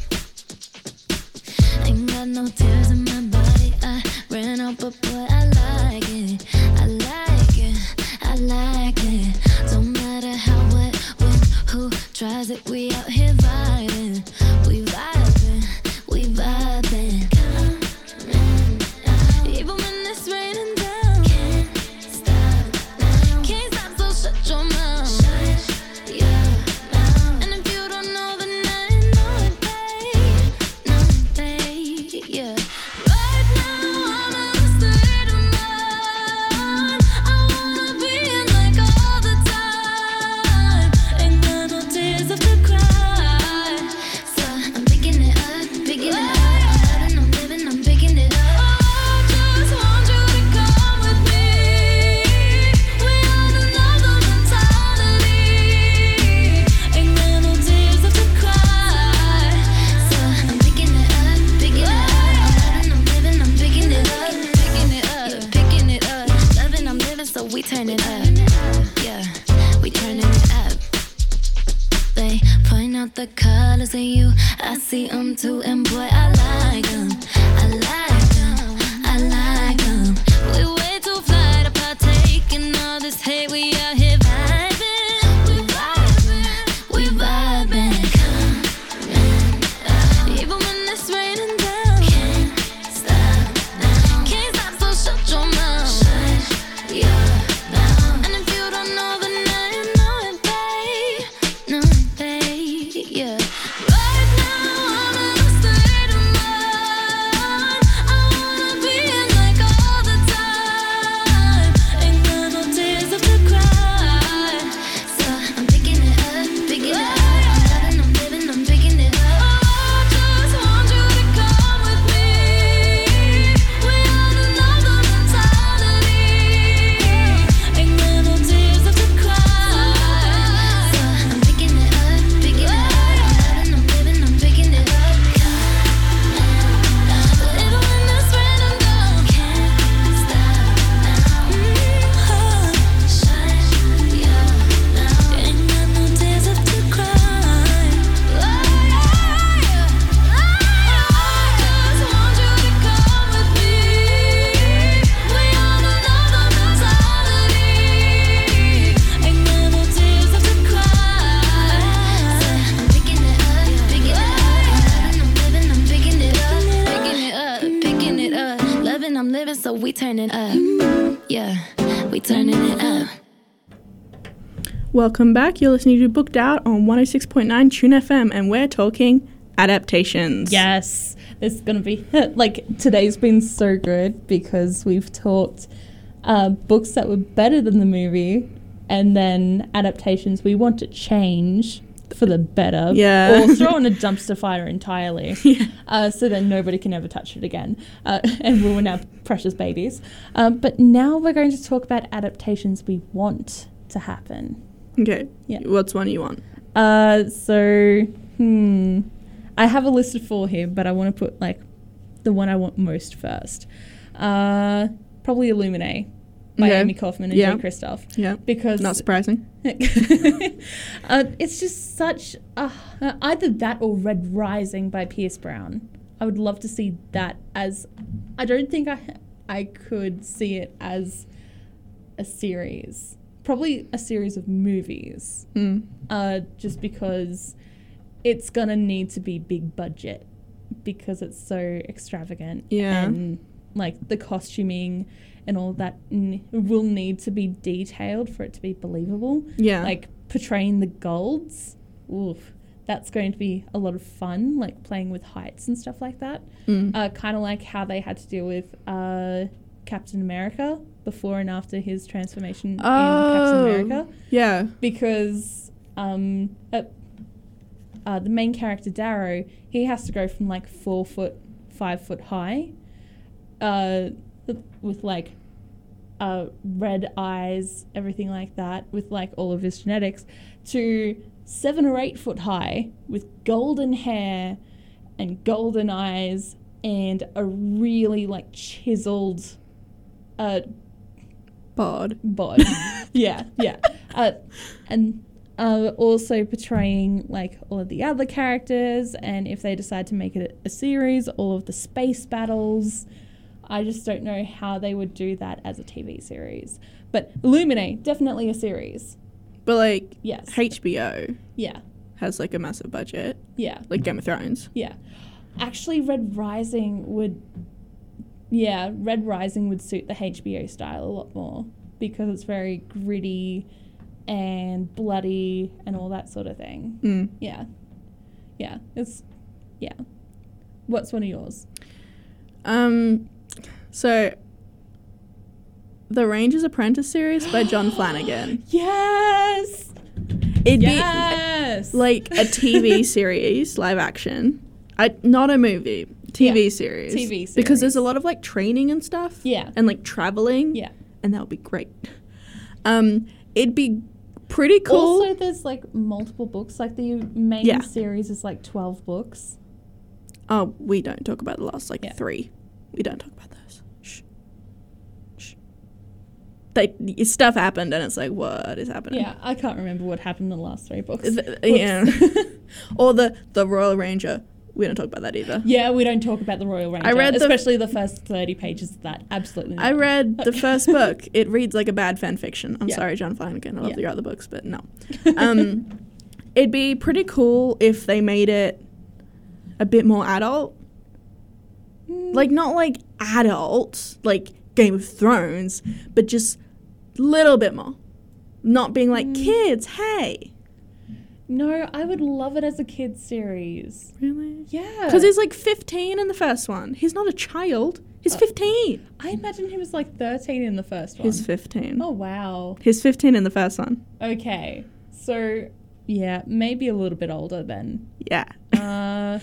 Speaker 4: Ain't got no tears in my body. I ran out, but boy, I like it. I like it. I like it. Don't matter how, what, when, who tries it. We out here vibing. We vibing. We vibing. Even when it's raining down. Can't stop now. Can't stop, so shut your mouth. Yeah. And if you don't know, then I know it, babe. Know it, babe. Yeah. Right now I'm in a state of mind. I wanna be in like all the time. Ain't got no tears left to cry. So I'm picking it up, picking it up. I'm loving, I'm living, I'm picking it up. I Oh, just want you to come with me. We are another mentality. Ain't got no tears left to cry. So I'm picking it up, picking it up. I'm loving, I'm living, I'm picking it up, picking it up, yeah, picking it up. Loving, I'm living, so we turn it up. Yeah, we turning it up. They point out the colors in you. I see 'em too, and boy, I like 'em. I like 'em. I like 'em. We way too fly to partake in all this hate. We out here vibing. We vibing. We vibing. Coming up. Even when it's raining down. Can't stop now. Can't stop, so shut your mouth. Yeah. And if you don't know, then I know it, babe. Know it, babe. Yeah. Right now I'm in a state of mind. I wanna be in like all the time. Ain't got no tears left to cry. So I'm picking it up, picking it up. I'm loving, I'm living, I'm picking it up. I just want you to come with me. We are another mentality. Ain't got no tears left to cry. So I'm picking it up, picking it up. I'm loving, I'm living, I'm picking it up. Even when it's raining down, can't stop now. Mm-hmm. Ain't got no tears left to cry. I just want you to come with me. We are another mentality. Ain't got no tears left to cry. I'm picking it up, picking it up. I'm living, I'm picking it up, picking it up, picking it up. Loving, I'm living, so we turning up. Yeah, we turning it up.
Speaker 1: oh Welcome back. You're listening to Booked Out on 106.9 Tune FM, and we're talking adaptations.
Speaker 2: Yes, it's gonna be like today's been so good because we've talked uh, books that were better than the movie, and then adaptations we want to change for the better,
Speaker 1: Yeah.
Speaker 2: or throw in a dumpster fire entirely, uh, so that nobody can ever touch it again, uh, and ruin our precious babies. Um, but now we're going to talk about adaptations we want to happen.
Speaker 1: Okay.
Speaker 2: Yeah.
Speaker 1: What's one you want?
Speaker 2: Uh, so hmm, I have a list of four here, but I want to put like the one I want most first. Uh, probably Illuminae by
Speaker 1: Okay.
Speaker 2: Amy Kaufman and
Speaker 1: Yeah.
Speaker 2: Jay Kristoff
Speaker 1: Yeah.
Speaker 2: because
Speaker 1: Not surprising.
Speaker 2: uh, it's just such uh, either that or Red Rising by Pierce Brown. I would love to see that as I don't think I I could see it as a series. Probably a series of movies
Speaker 1: Mm.
Speaker 2: uh, just because it's gonna need to be big budget because it's so extravagant.
Speaker 1: Yeah.
Speaker 2: And like the costuming and all that n- will need to be detailed for it to be believable.
Speaker 1: Yeah.
Speaker 2: Like portraying the golds, oof, that's going to be a lot of fun. Like playing with heights and stuff like that.
Speaker 1: Mm.
Speaker 2: Uh, kind of like how they had to deal with uh, Captain America before and after his transformation in Captain
Speaker 1: Oh.
Speaker 2: America
Speaker 1: yeah.
Speaker 2: because um, uh, uh, the main character Darrow he has to go from like four foot, five foot high, uh, with like uh, red eyes, everything like that, with like all of his genetics, to seven or eight foot high with golden hair and golden eyes and a really like chiseled uh,
Speaker 1: Bod.
Speaker 2: bod. yeah, yeah. Uh, and uh, also portraying like all of the other characters, and if they decide to make it a series, all of the space battles. I just don't know how they would do that as a TV series. But Illuminate, definitely a series.
Speaker 1: But like
Speaker 2: Yes.
Speaker 1: HBO
Speaker 2: Yeah,
Speaker 1: has like a massive budget,
Speaker 2: yeah,
Speaker 1: like Game of Thrones.
Speaker 2: yeah. Actually, Red Rising would. Yeah, Red Rising would suit the HBO style a lot more because it's very gritty and bloody and all that sort of thing.
Speaker 1: Mm.
Speaker 2: Yeah. Yeah. It's yeah. What's one of yours?
Speaker 1: Um, so the Rangers Apprentice series by John Flanagan.
Speaker 2: Yes.
Speaker 1: It'd
Speaker 2: yes.
Speaker 1: be like a TV series, live action, I, not a movie. TV
Speaker 2: Yeah.
Speaker 1: series.
Speaker 2: TV
Speaker 1: Because
Speaker 2: series.
Speaker 1: there's a lot of like training and stuff.
Speaker 2: Yeah.
Speaker 1: And like traveling.
Speaker 2: Yeah.
Speaker 1: And that would be great. Um, it'd be pretty cool.
Speaker 2: Also there's like multiple books. Like the main
Speaker 1: Yeah.
Speaker 2: series is like 12 books.
Speaker 1: Oh, we don't talk about the last like
Speaker 2: Yeah.
Speaker 1: three. We don't talk about those. Shh. Shh. They, y- stuff happened, and it's like, what is happening?
Speaker 2: Yeah, I can't remember what happened in the last three books.
Speaker 1: Th-
Speaker 2: Whoops.
Speaker 1: yeah. or the the Royal Ranger. We don't talk about that either.
Speaker 2: yeah, we don't talk about the Royal Ranger, I
Speaker 1: read
Speaker 2: read
Speaker 1: the-
Speaker 2: especially the first 30 pages of that. Absolutely.
Speaker 1: I
Speaker 2: not.
Speaker 1: read the first book. It reads like a bad fan fiction. I'm
Speaker 2: Yeah.
Speaker 1: sorry, John Flanagan. I love
Speaker 2: Yeah.
Speaker 1: your other books, but no. Um, it'd be pretty cool if they made it a bit more adult.
Speaker 2: Mm.
Speaker 1: Like, not like adult, like Game of Thrones, but just little bit more. Not being
Speaker 2: Mm.
Speaker 1: like, kids, hey.
Speaker 2: No, I would love it as a kids series.
Speaker 1: Really?
Speaker 2: Yeah.
Speaker 1: Because he's like 15 in the first one. He's not a child.
Speaker 2: Uh,
Speaker 1: He's 15.
Speaker 2: I imagine he was like 13 in the first one.
Speaker 1: He's 15.
Speaker 2: Oh wow.
Speaker 1: He's 15 in the first one.
Speaker 2: Okay. So yeah, maybe a little bit older then.
Speaker 1: Yeah.
Speaker 2: Uh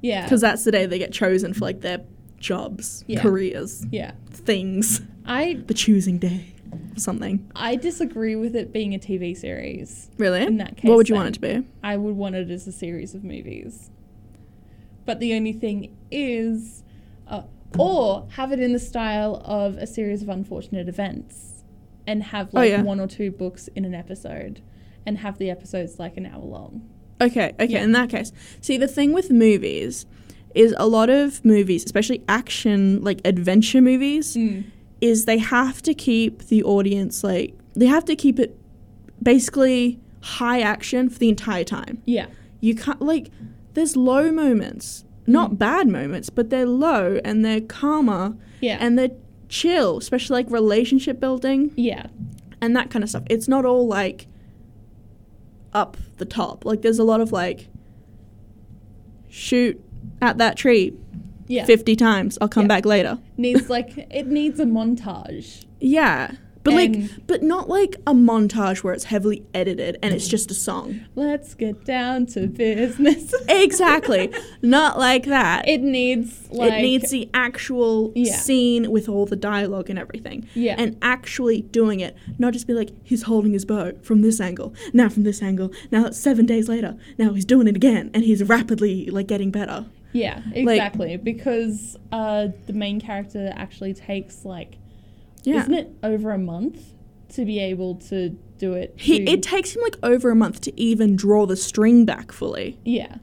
Speaker 2: yeah.
Speaker 1: because that's the day they get chosen for like their jobs,
Speaker 2: Yeah.
Speaker 1: careers,
Speaker 2: yeah.
Speaker 1: things,
Speaker 2: I
Speaker 1: the choosing day, or something.
Speaker 2: I disagree with it being a TV series.
Speaker 1: Really?
Speaker 2: In that
Speaker 1: what
Speaker 2: case,
Speaker 1: would you want it to
Speaker 2: then.
Speaker 1: be?
Speaker 2: I would want it as a series of movies. But the only thing is uh, or have it in the style of a series of unfortunate events and have like
Speaker 1: Oh, yeah.
Speaker 2: one or two books in an episode and have the episodes like an hour long.
Speaker 1: Okay, okay.
Speaker 2: Yeah.
Speaker 1: In that case, see the thing with movies is a lot of movies, especially action like adventure movies,
Speaker 2: Mm.
Speaker 1: is they have to keep the audience like they have to keep it basically high action for the entire time.
Speaker 2: Yeah.
Speaker 1: you can't like there's low moments not
Speaker 2: Mm.
Speaker 1: bad moments but they're low and they're calmer
Speaker 2: Yeah.
Speaker 1: and they're chill especially like relationship building
Speaker 2: Yeah.
Speaker 1: and that kind of stuff it's not all like up the top like there's a lot of like shoot at that tree
Speaker 2: Yeah.
Speaker 1: 50 times. I'll come
Speaker 2: Yeah.
Speaker 1: back later.
Speaker 2: Needs like it needs a montage.
Speaker 1: Yeah. But
Speaker 2: And-
Speaker 1: like but not like a montage where it's heavily edited and it's just a song.
Speaker 2: Let's get down to business.
Speaker 1: Exactly. not like that.
Speaker 2: it needs like
Speaker 1: it needs the actual
Speaker 2: Yeah.
Speaker 1: scene with all the dialogue and everything.
Speaker 2: Yeah.
Speaker 1: And actually doing it, not just be like, he's holding his bow from this angle, now from this angle, now it's seven days later, now he's doing it again, and he's rapidly like getting better.
Speaker 2: Yeah, exactly. because uh, the main character actually takes like
Speaker 1: Yeah.
Speaker 2: isn't it over a month to be able to do it?
Speaker 1: He,
Speaker 2: to-
Speaker 1: it takes him like over a month to even draw the string back fully.
Speaker 2: yeah,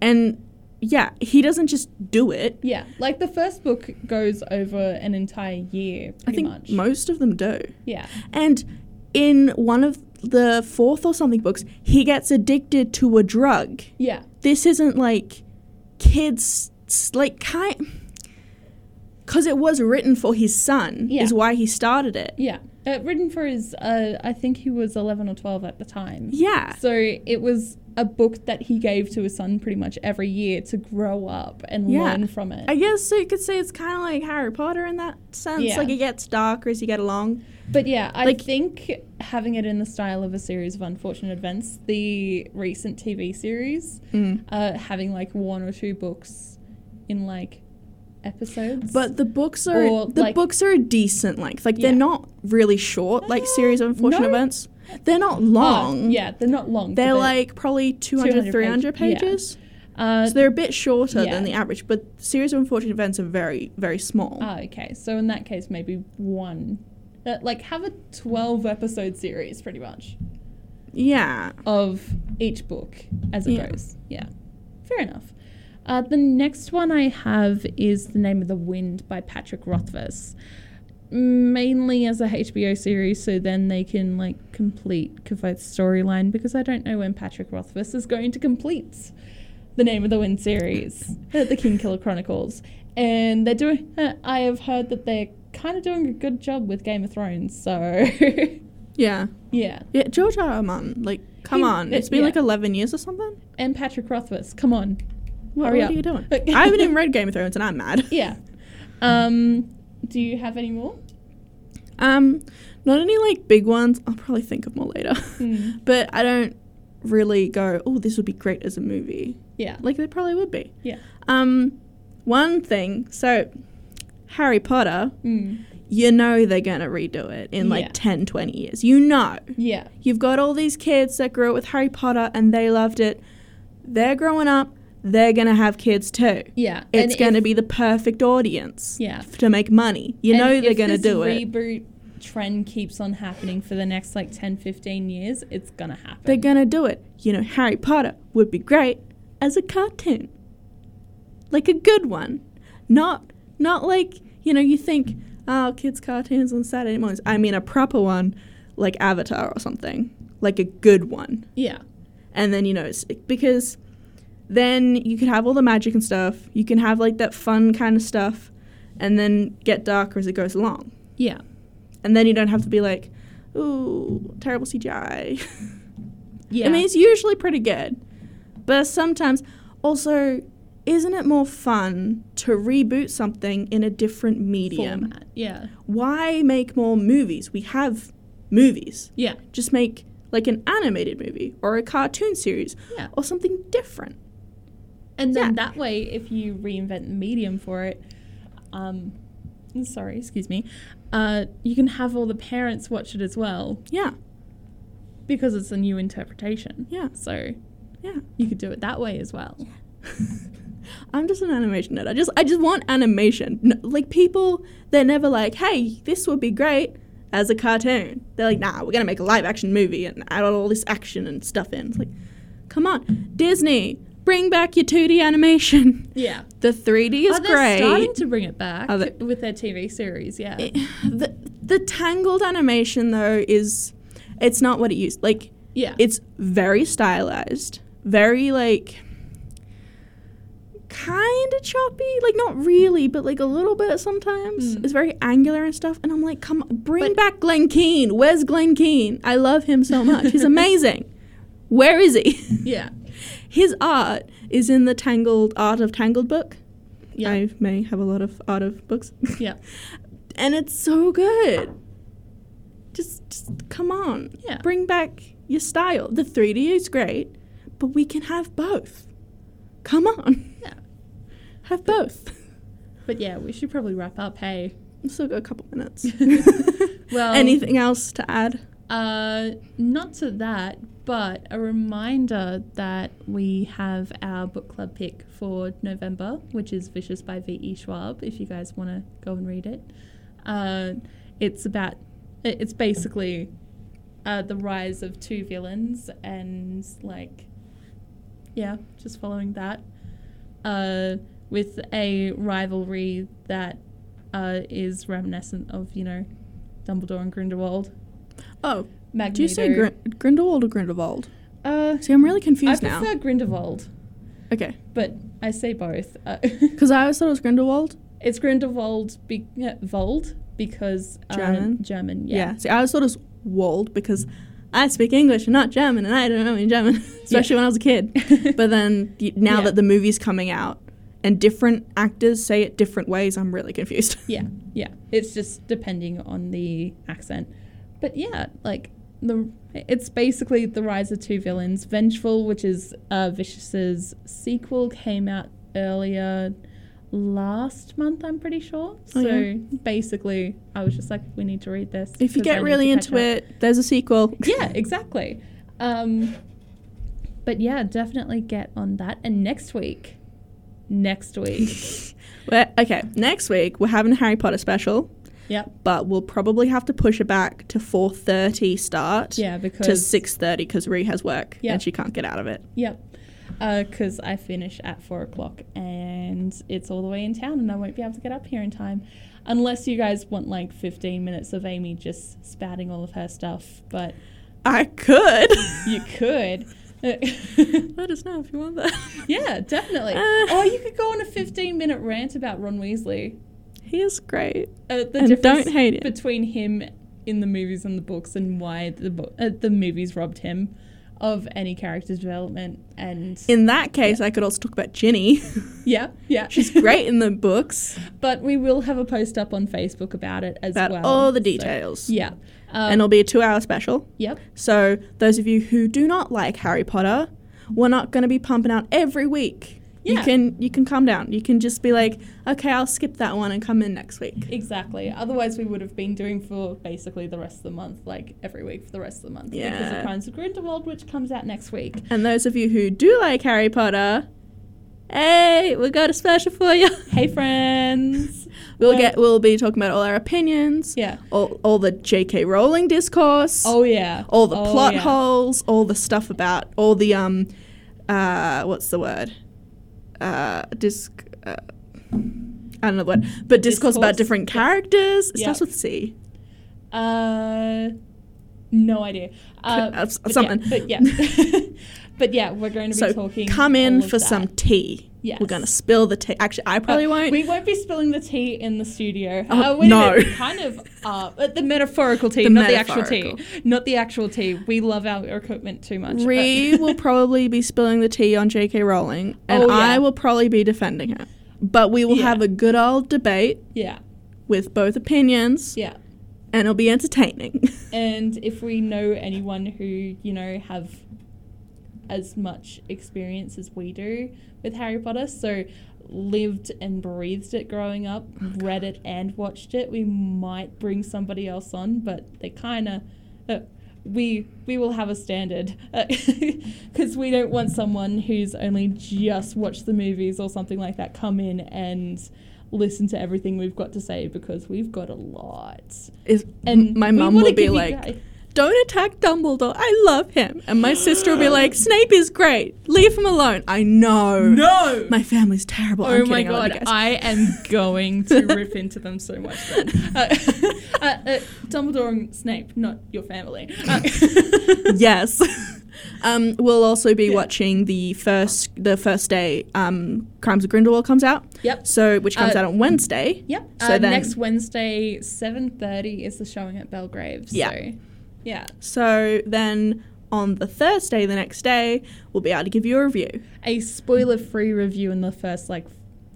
Speaker 1: And yeah, he doesn't just do it.
Speaker 2: yeah. Like the first book goes over an entire year,
Speaker 1: I
Speaker 2: pretty
Speaker 1: think
Speaker 2: much.
Speaker 1: most of them do.
Speaker 2: yeah,
Speaker 1: And in one of the fourth or something books, he gets addicted to a drug.
Speaker 2: yeah.
Speaker 1: This isn't like kids, s- like kind. Because it was written for his son,
Speaker 2: Yeah.
Speaker 1: is why he started it.
Speaker 2: Yeah. Uh, written for his, uh, I think he was 11 or 12 at the time.
Speaker 1: Yeah.
Speaker 2: So it was a book that he gave to his son pretty much every year to grow up and
Speaker 1: Yeah.
Speaker 2: learn from it.
Speaker 1: I guess you could say it's kind of like Harry Potter in that sense.
Speaker 2: Yeah.
Speaker 1: Like it gets darker as you get along.
Speaker 2: but yeah, I
Speaker 1: like-
Speaker 2: think having it in the style of a series of unfortunate events, the recent TV series, uh, having like one or two books in like episodes.
Speaker 1: But the books are
Speaker 2: Or,
Speaker 1: the
Speaker 2: like-
Speaker 1: books are a decent length. Like
Speaker 2: Yeah. Uh,
Speaker 1: they're not really short, like series of unfortunate
Speaker 2: no.
Speaker 1: events. They're not
Speaker 2: Oh,
Speaker 1: long.
Speaker 2: yeah, they're not long. but
Speaker 1: They're like probably 200,
Speaker 2: 200
Speaker 1: 300
Speaker 2: page- yeah.
Speaker 1: pages.
Speaker 2: Uh,
Speaker 1: So they're a bit shorter
Speaker 2: Yeah.
Speaker 1: than the average, but series of unfortunate events are very, very small.
Speaker 2: Ah, okay. So in that case, maybe one. Uh, like, have a 12 episode series, pretty much,
Speaker 1: yeah.
Speaker 2: of each book as it
Speaker 1: Yeah.
Speaker 2: goes. Yeah. Fair enough. Uh, the next one I have is The Name of the Wind by Patrick Rothfuss. Mainly as a HBO series, so then they can like complete Kavith's storyline because I don't know when Patrick Rothfuss is going to complete the Name of the Wind series, uh, the King Killer Chronicles, and they're doing. Uh, I have heard that they're kind of doing a good job with Game of Thrones, so
Speaker 1: Yeah.
Speaker 2: yeah.
Speaker 1: Yeah, George R. R. Martin, like, come
Speaker 2: He-
Speaker 1: on.
Speaker 2: uh,
Speaker 1: It's been
Speaker 2: yeah.
Speaker 1: like 11 years or something.
Speaker 2: And Patrick Rothfuss, come on,
Speaker 1: What,
Speaker 2: Hurry
Speaker 1: what
Speaker 2: up.
Speaker 1: are you doing? I haven't even read Game of Thrones and I'm mad.
Speaker 2: yeah. Um, do you have any more?
Speaker 1: Um, not any like big ones. I'll probably think of more later.
Speaker 2: Hmm.
Speaker 1: but I don't really go, oh, this would be great as a movie.
Speaker 2: Yeah,
Speaker 1: Like they probably would be.
Speaker 2: yeah.
Speaker 1: Um, one thing. So, Harry Potter.
Speaker 2: Mm.
Speaker 1: You know they're gonna redo it in like
Speaker 2: Yeah.
Speaker 1: 10, 20 years. You know.
Speaker 2: Yeah,
Speaker 1: You've got all these kids that grew up with Harry Potter and they loved it. They're growing up. They're gonna have kids too.
Speaker 2: yeah.
Speaker 1: It's
Speaker 2: And
Speaker 1: gonna
Speaker 2: if-
Speaker 1: be the perfect audience.
Speaker 2: Yeah.
Speaker 1: f- To make money. You
Speaker 2: and
Speaker 1: know they're
Speaker 2: if
Speaker 1: gonna
Speaker 2: this
Speaker 1: do it.
Speaker 2: reboot trend keeps on happening for the next like 10 15 years it's gonna happen
Speaker 1: They're gonna do it. You know, Harry Potter would be great as a cartoon. Like a good one. Not not like, you know, you think, oh, kids' cartoons on Saturday mornings. I mean a proper one, like Avatar or something. Like a good one.
Speaker 2: yeah
Speaker 1: And then, you know, it's because then you could have all the magic and stuff. You can have like that fun kind of stuff and then get darker as it goes along.
Speaker 2: yeah
Speaker 1: And then you don't have to be like, ooh, terrible CGI.
Speaker 2: yeah
Speaker 1: I mean, it's usually pretty good, but sometimes also, isn't it more fun to reboot something in a different medium?
Speaker 2: format yeah
Speaker 1: Why make more movies? We have movies.
Speaker 2: yeah
Speaker 1: Just make like an animated movie or a cartoon series
Speaker 2: Yeah.
Speaker 1: or something different.
Speaker 2: And then
Speaker 1: Yeah.
Speaker 2: that way, if you reinvent the medium for it, um, sorry, excuse me, uh, you can have all the parents watch it as well
Speaker 1: Yeah,
Speaker 2: because it's a new interpretation.
Speaker 1: Yeah.
Speaker 2: So
Speaker 1: yeah.
Speaker 2: you could do it that way as well.
Speaker 1: I'm just an animation nerd. I just I just want animation. No, like people, they're never like, hey, this would be great as a cartoon. They're like, nah, we're gonna make a live action movie and add all this action and stuff in. It's like, come on, Disney, bring back your 2D animation.
Speaker 2: Yeah.
Speaker 1: The 3D is
Speaker 2: Are they
Speaker 1: great.
Speaker 2: starting to bring it back
Speaker 1: Are they-
Speaker 2: with their TV series? Yeah.
Speaker 1: It- the the tangled animation though is, it's not what it used. Like
Speaker 2: yeah.
Speaker 1: it's very stylized, very like kind of choppy, like not really, but like a little bit sometimes.
Speaker 2: Mm.
Speaker 1: It's very angular and stuff. And I'm like, come on, bring
Speaker 2: But-
Speaker 1: back Glen Keane. Where's Glen Keane? I love him so much. He's amazing. Where is he?
Speaker 2: yeah.
Speaker 1: His art is in the Tangled Art of Tangled book.
Speaker 2: Yeah.
Speaker 1: I may have a lot of art of books.
Speaker 2: Yeah.
Speaker 1: and it's so good. Just, just come on.
Speaker 2: Yeah.
Speaker 1: Bring back your style. The 3D is great, but we can have both. Come on.
Speaker 2: Yeah.
Speaker 1: Have both.
Speaker 2: But yeah, we should probably wrap up. Hey.
Speaker 1: I've still got a couple minutes.
Speaker 2: Well-
Speaker 1: anything else to add?
Speaker 2: Uh, not to that, but a reminder that we have our book club pick for November, which is Vicious by V.E. Schwab, if you guys want to go and read it. Uh, it's about, i- it's basically uh, the rise of two villains and, like, yeah, just following that. Uh, with a rivalry that uh, is reminiscent of, you know, Dumbledore and Grindelwald.
Speaker 1: Oh,
Speaker 2: Magneto.
Speaker 1: do you say Grin- Grindelwald or Grindelwald?
Speaker 2: Uh,
Speaker 1: See, I'm really
Speaker 2: I
Speaker 1: confused now.
Speaker 2: prefer Grindelwald,
Speaker 1: Okay,
Speaker 2: but I say both. Uh,
Speaker 1: because I always thought it was Grindelwald.
Speaker 2: it's Grindelwald, be- uh, Vold, because uh,
Speaker 1: German?
Speaker 2: German,
Speaker 1: Yeah.
Speaker 2: yeah.
Speaker 1: See, I always thought it was Wald because I speak English and not German, and I don't know any German, especially when I was a kid. But then y- now
Speaker 2: Yeah.
Speaker 1: that the movie's coming out and different actors say it different ways, I'm really confused.
Speaker 2: yeah, yeah. It's just depending on the accent, but yeah, like the it's basically the rise of two villains. Vengeful, which is uh, Vicious's sequel, came out earlier last month. I'm pretty sure.
Speaker 1: Oh,
Speaker 2: So
Speaker 1: yeah.
Speaker 2: basically, I was just like, we need to read this.
Speaker 1: if you
Speaker 2: 'cause I
Speaker 1: get
Speaker 2: need
Speaker 1: really
Speaker 2: to catch
Speaker 1: into
Speaker 2: up.
Speaker 1: it, there's a sequel.
Speaker 2: yeah, exactly. Um, but yeah, definitely get on that. And next week, next week,
Speaker 1: We're- okay, next week we're having a Harry Potter special,
Speaker 2: yep,
Speaker 1: but we'll probably have to push it back to 4:30 start
Speaker 2: yeah,
Speaker 1: to
Speaker 2: because
Speaker 1: 6:30 because Ree has work
Speaker 2: Yeah.
Speaker 1: and she can't get out of it.
Speaker 2: yep, because I finish at four o'clock and it's all the way in town, and I won't be able to get up here in time, unless you guys want like fifteen minutes of Amy just spouting all of her stuff. But
Speaker 1: I could.
Speaker 2: you could.
Speaker 1: Let us know if you want that.
Speaker 2: yeah, definitely.
Speaker 1: Uh.
Speaker 2: or you could go on a 15 minute rant about Ron Weasley.
Speaker 1: He is great.
Speaker 2: uh, the
Speaker 1: And
Speaker 2: difference
Speaker 1: don't hate it.
Speaker 2: between him in the movies and the books and why the bo- uh, the movies robbed him of any character development and
Speaker 1: In that case, I could also talk about Ginny.
Speaker 2: yeah yeah
Speaker 1: She's great in the books
Speaker 2: but we will have a post up on facebook about it as
Speaker 1: about
Speaker 2: well
Speaker 1: all the
Speaker 2: so-
Speaker 1: details.
Speaker 2: yeah um,
Speaker 1: And it'll be a two hour special.
Speaker 2: yep
Speaker 1: So, those of you who do not like Harry Potter, we're not going to be pumping out every week. You
Speaker 2: Yeah.
Speaker 1: can you can calm down. You can just be like, okay, I'll skip that one and come in next week.
Speaker 2: exactly otherwise we would have been doing for basically the rest of the month like every week for the rest of the month because
Speaker 1: Yeah.
Speaker 2: of crimes of grindelwald which comes out next week
Speaker 1: And those of you who do like Harry Potter, hey, we got a special for you.
Speaker 2: hey friends
Speaker 1: We'll
Speaker 2: Well-
Speaker 1: get we'll be talking about all our opinions,
Speaker 2: yeah
Speaker 1: all, all the J.K. Rowling discourse.
Speaker 2: oh yeah
Speaker 1: all the
Speaker 2: Oh,
Speaker 1: plot
Speaker 2: yeah.
Speaker 1: holes, all the stuff about all the um, uh, what's the word? Uh, disc. Uh, I don't know the word, but discourse, about
Speaker 2: Discourse?
Speaker 1: different characters. It
Speaker 2: Yeah.
Speaker 1: starts with C.
Speaker 2: Uh, no idea. Uh,
Speaker 1: Uh,
Speaker 2: but
Speaker 1: something.
Speaker 2: Yeah, but yeah, but yeah, we're going to be
Speaker 1: So
Speaker 2: talking.
Speaker 1: come in
Speaker 2: all of
Speaker 1: for
Speaker 2: that.
Speaker 1: some tea.
Speaker 2: Yes.
Speaker 1: We're gonna spill the tea. Actually, I probably
Speaker 2: Uh,
Speaker 1: won't.
Speaker 2: We won't be spilling the tea in the studio.
Speaker 1: Oh,
Speaker 2: uh, wait
Speaker 1: no.
Speaker 2: a minute. we kind of are. Uh, the metaphorical tea,
Speaker 1: The
Speaker 2: not the actual tea.
Speaker 1: metaphorical.
Speaker 2: Not the actual tea. We love our equipment too much. Uh,
Speaker 1: Ree will probably be spilling the tea on J.K. Rowling, and
Speaker 2: Oh, yeah.
Speaker 1: I will probably be defending her. But we will
Speaker 2: Yeah.
Speaker 1: have a good old debate
Speaker 2: yeah,
Speaker 1: with both opinions,
Speaker 2: yeah.
Speaker 1: and it'll be entertaining.
Speaker 2: And if we know anyone who, you know, have as much experience as we do with Harry Potter, so lived and breathed it growing up, read it and watched it, we might bring somebody else on, but they kind of. Uh, we, we will have a standard because we don't want someone who's only just watched the movies or something like that come in and listen to everything we've got to say because we've got a lot
Speaker 1: Is
Speaker 2: and
Speaker 1: my
Speaker 2: we
Speaker 1: mum
Speaker 2: wanna
Speaker 1: will be
Speaker 2: give you
Speaker 1: like,
Speaker 2: guys-
Speaker 1: don't attack Dumbledore. I love him. And my sister will be like, Snape is great. Leave him alone. I know.
Speaker 2: no
Speaker 1: My family's terrible.
Speaker 2: oh
Speaker 1: I'm
Speaker 2: my
Speaker 1: kidding. I love you
Speaker 2: god
Speaker 1: guys.
Speaker 2: i am going to rip into them so much then. Uh, uh, uh, dumbledore and snape not your family Uh,
Speaker 1: yes. um, we'll also be
Speaker 2: Yeah.
Speaker 1: watching the first the first day um, Crimes of Grindelwald comes out.
Speaker 2: yep
Speaker 1: So which comes
Speaker 2: Uh,
Speaker 1: out on Wednesday.
Speaker 2: yep
Speaker 1: So
Speaker 2: uh,
Speaker 1: then-
Speaker 2: next wednesday 7.30 is the showing at belgrave so
Speaker 1: Yeah.
Speaker 2: yeah
Speaker 1: So then on the Thursday, the next day, we'll be able to give you a review.
Speaker 2: A spoiler free review in the first like f-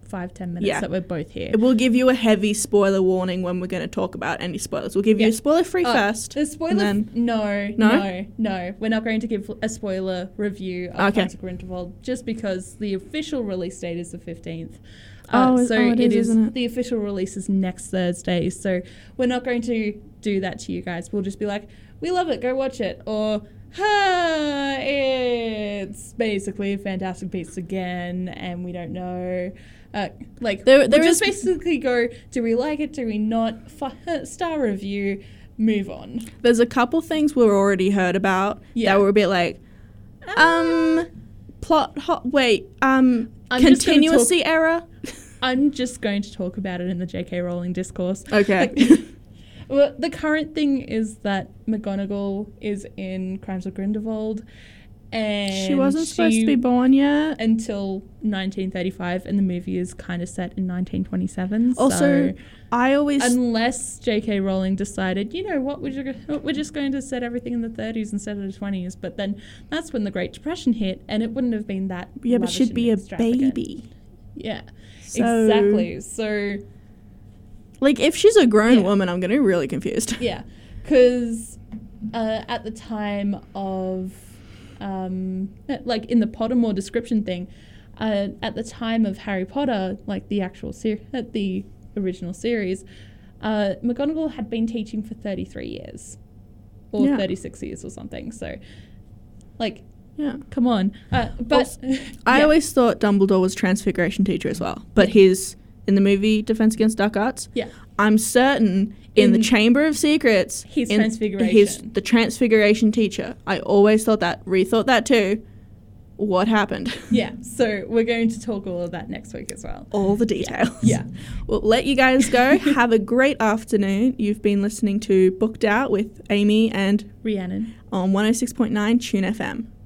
Speaker 2: five, ten minutes
Speaker 1: Yeah.
Speaker 2: that we're both here.
Speaker 1: We'll give you a heavy spoiler warning when we're going to talk about any spoilers. We'll give you
Speaker 2: Yeah.
Speaker 1: a spoiler free
Speaker 2: Oh,
Speaker 1: first.
Speaker 2: The spoiler.
Speaker 1: and then-
Speaker 2: no,
Speaker 1: No?
Speaker 2: no, no, We're not going to give a spoiler review of
Speaker 1: Okay.
Speaker 2: Consecrate Interval just because the official release date is the 15th.
Speaker 1: Oh, it-
Speaker 2: so
Speaker 1: oh, it
Speaker 2: it
Speaker 1: is, isn't it?
Speaker 2: The official release is next Thursday. So we're not going to do that to you guys. We'll just be like, we love it, go watch it. Or, ha, it's basically Fantastic Beasts again, and we don't know. Uh, like,
Speaker 1: There-
Speaker 2: we'll
Speaker 1: there
Speaker 2: just
Speaker 1: is-
Speaker 2: basically go, do we like it? Do we not? F- star review, move on.
Speaker 1: There's a couple things we've already heard about
Speaker 2: Yeah.
Speaker 1: that were a bit like, um, plot, ho- wait, um,
Speaker 2: I'm just gonna talk-
Speaker 1: continuity error?
Speaker 2: I'm just going to talk about it in the J.K. Rowling discourse.
Speaker 1: Okay.
Speaker 2: Like, well, the current thing is that McGonagall is in Crimes of Grindelwald, and
Speaker 1: she wasn't supposed
Speaker 2: she-
Speaker 1: to be born yet.
Speaker 2: until 1935, and the movie is kind of set in 1927.
Speaker 1: Also,
Speaker 2: so
Speaker 1: I always
Speaker 2: unless J.K. Rowling decided, you know what, we're just, we're just going to set everything in the 30s instead of the 20s, but then that's when the Great Depression hit, and it wouldn't have been that.
Speaker 1: yeah, but
Speaker 2: lavish
Speaker 1: she'd
Speaker 2: and
Speaker 1: be a
Speaker 2: extravagant.
Speaker 1: baby.
Speaker 2: Yeah,
Speaker 1: So-
Speaker 2: exactly. So
Speaker 1: Like if she's a grown
Speaker 2: Yeah.
Speaker 1: woman, I'm gonna be really confused.
Speaker 2: yeah, because uh, at the time of um, like in the Pottermore description thing, uh, at the time of Harry Potter, like the actual ser- uh, the original series, uh, McGonagall had been teaching for thirty three years, or
Speaker 1: Yeah.
Speaker 2: thirty six years or something. So, like,
Speaker 1: Yeah.
Speaker 2: come on. Uh, but
Speaker 1: Oh, I
Speaker 2: Yeah.
Speaker 1: always thought Dumbledore was transfiguration teacher as well, but he's in the movie Defense Against Dark Arts.
Speaker 2: Yeah.
Speaker 1: I'm certain in, the
Speaker 2: In-
Speaker 1: Chamber of Secrets,
Speaker 2: He's
Speaker 1: in- He's
Speaker 2: transfiguration.
Speaker 1: the transfiguration teacher. I always thought that, rethought that too. What happened?
Speaker 2: yeah. So we're going to talk all of that next week as well.
Speaker 1: All the details.
Speaker 2: Yeah.
Speaker 1: We'll let you guys go. Have a great afternoon. You've been listening to Booked Out with Amy and oh
Speaker 2: Rhiannon.
Speaker 1: on 106.9 Tune FM.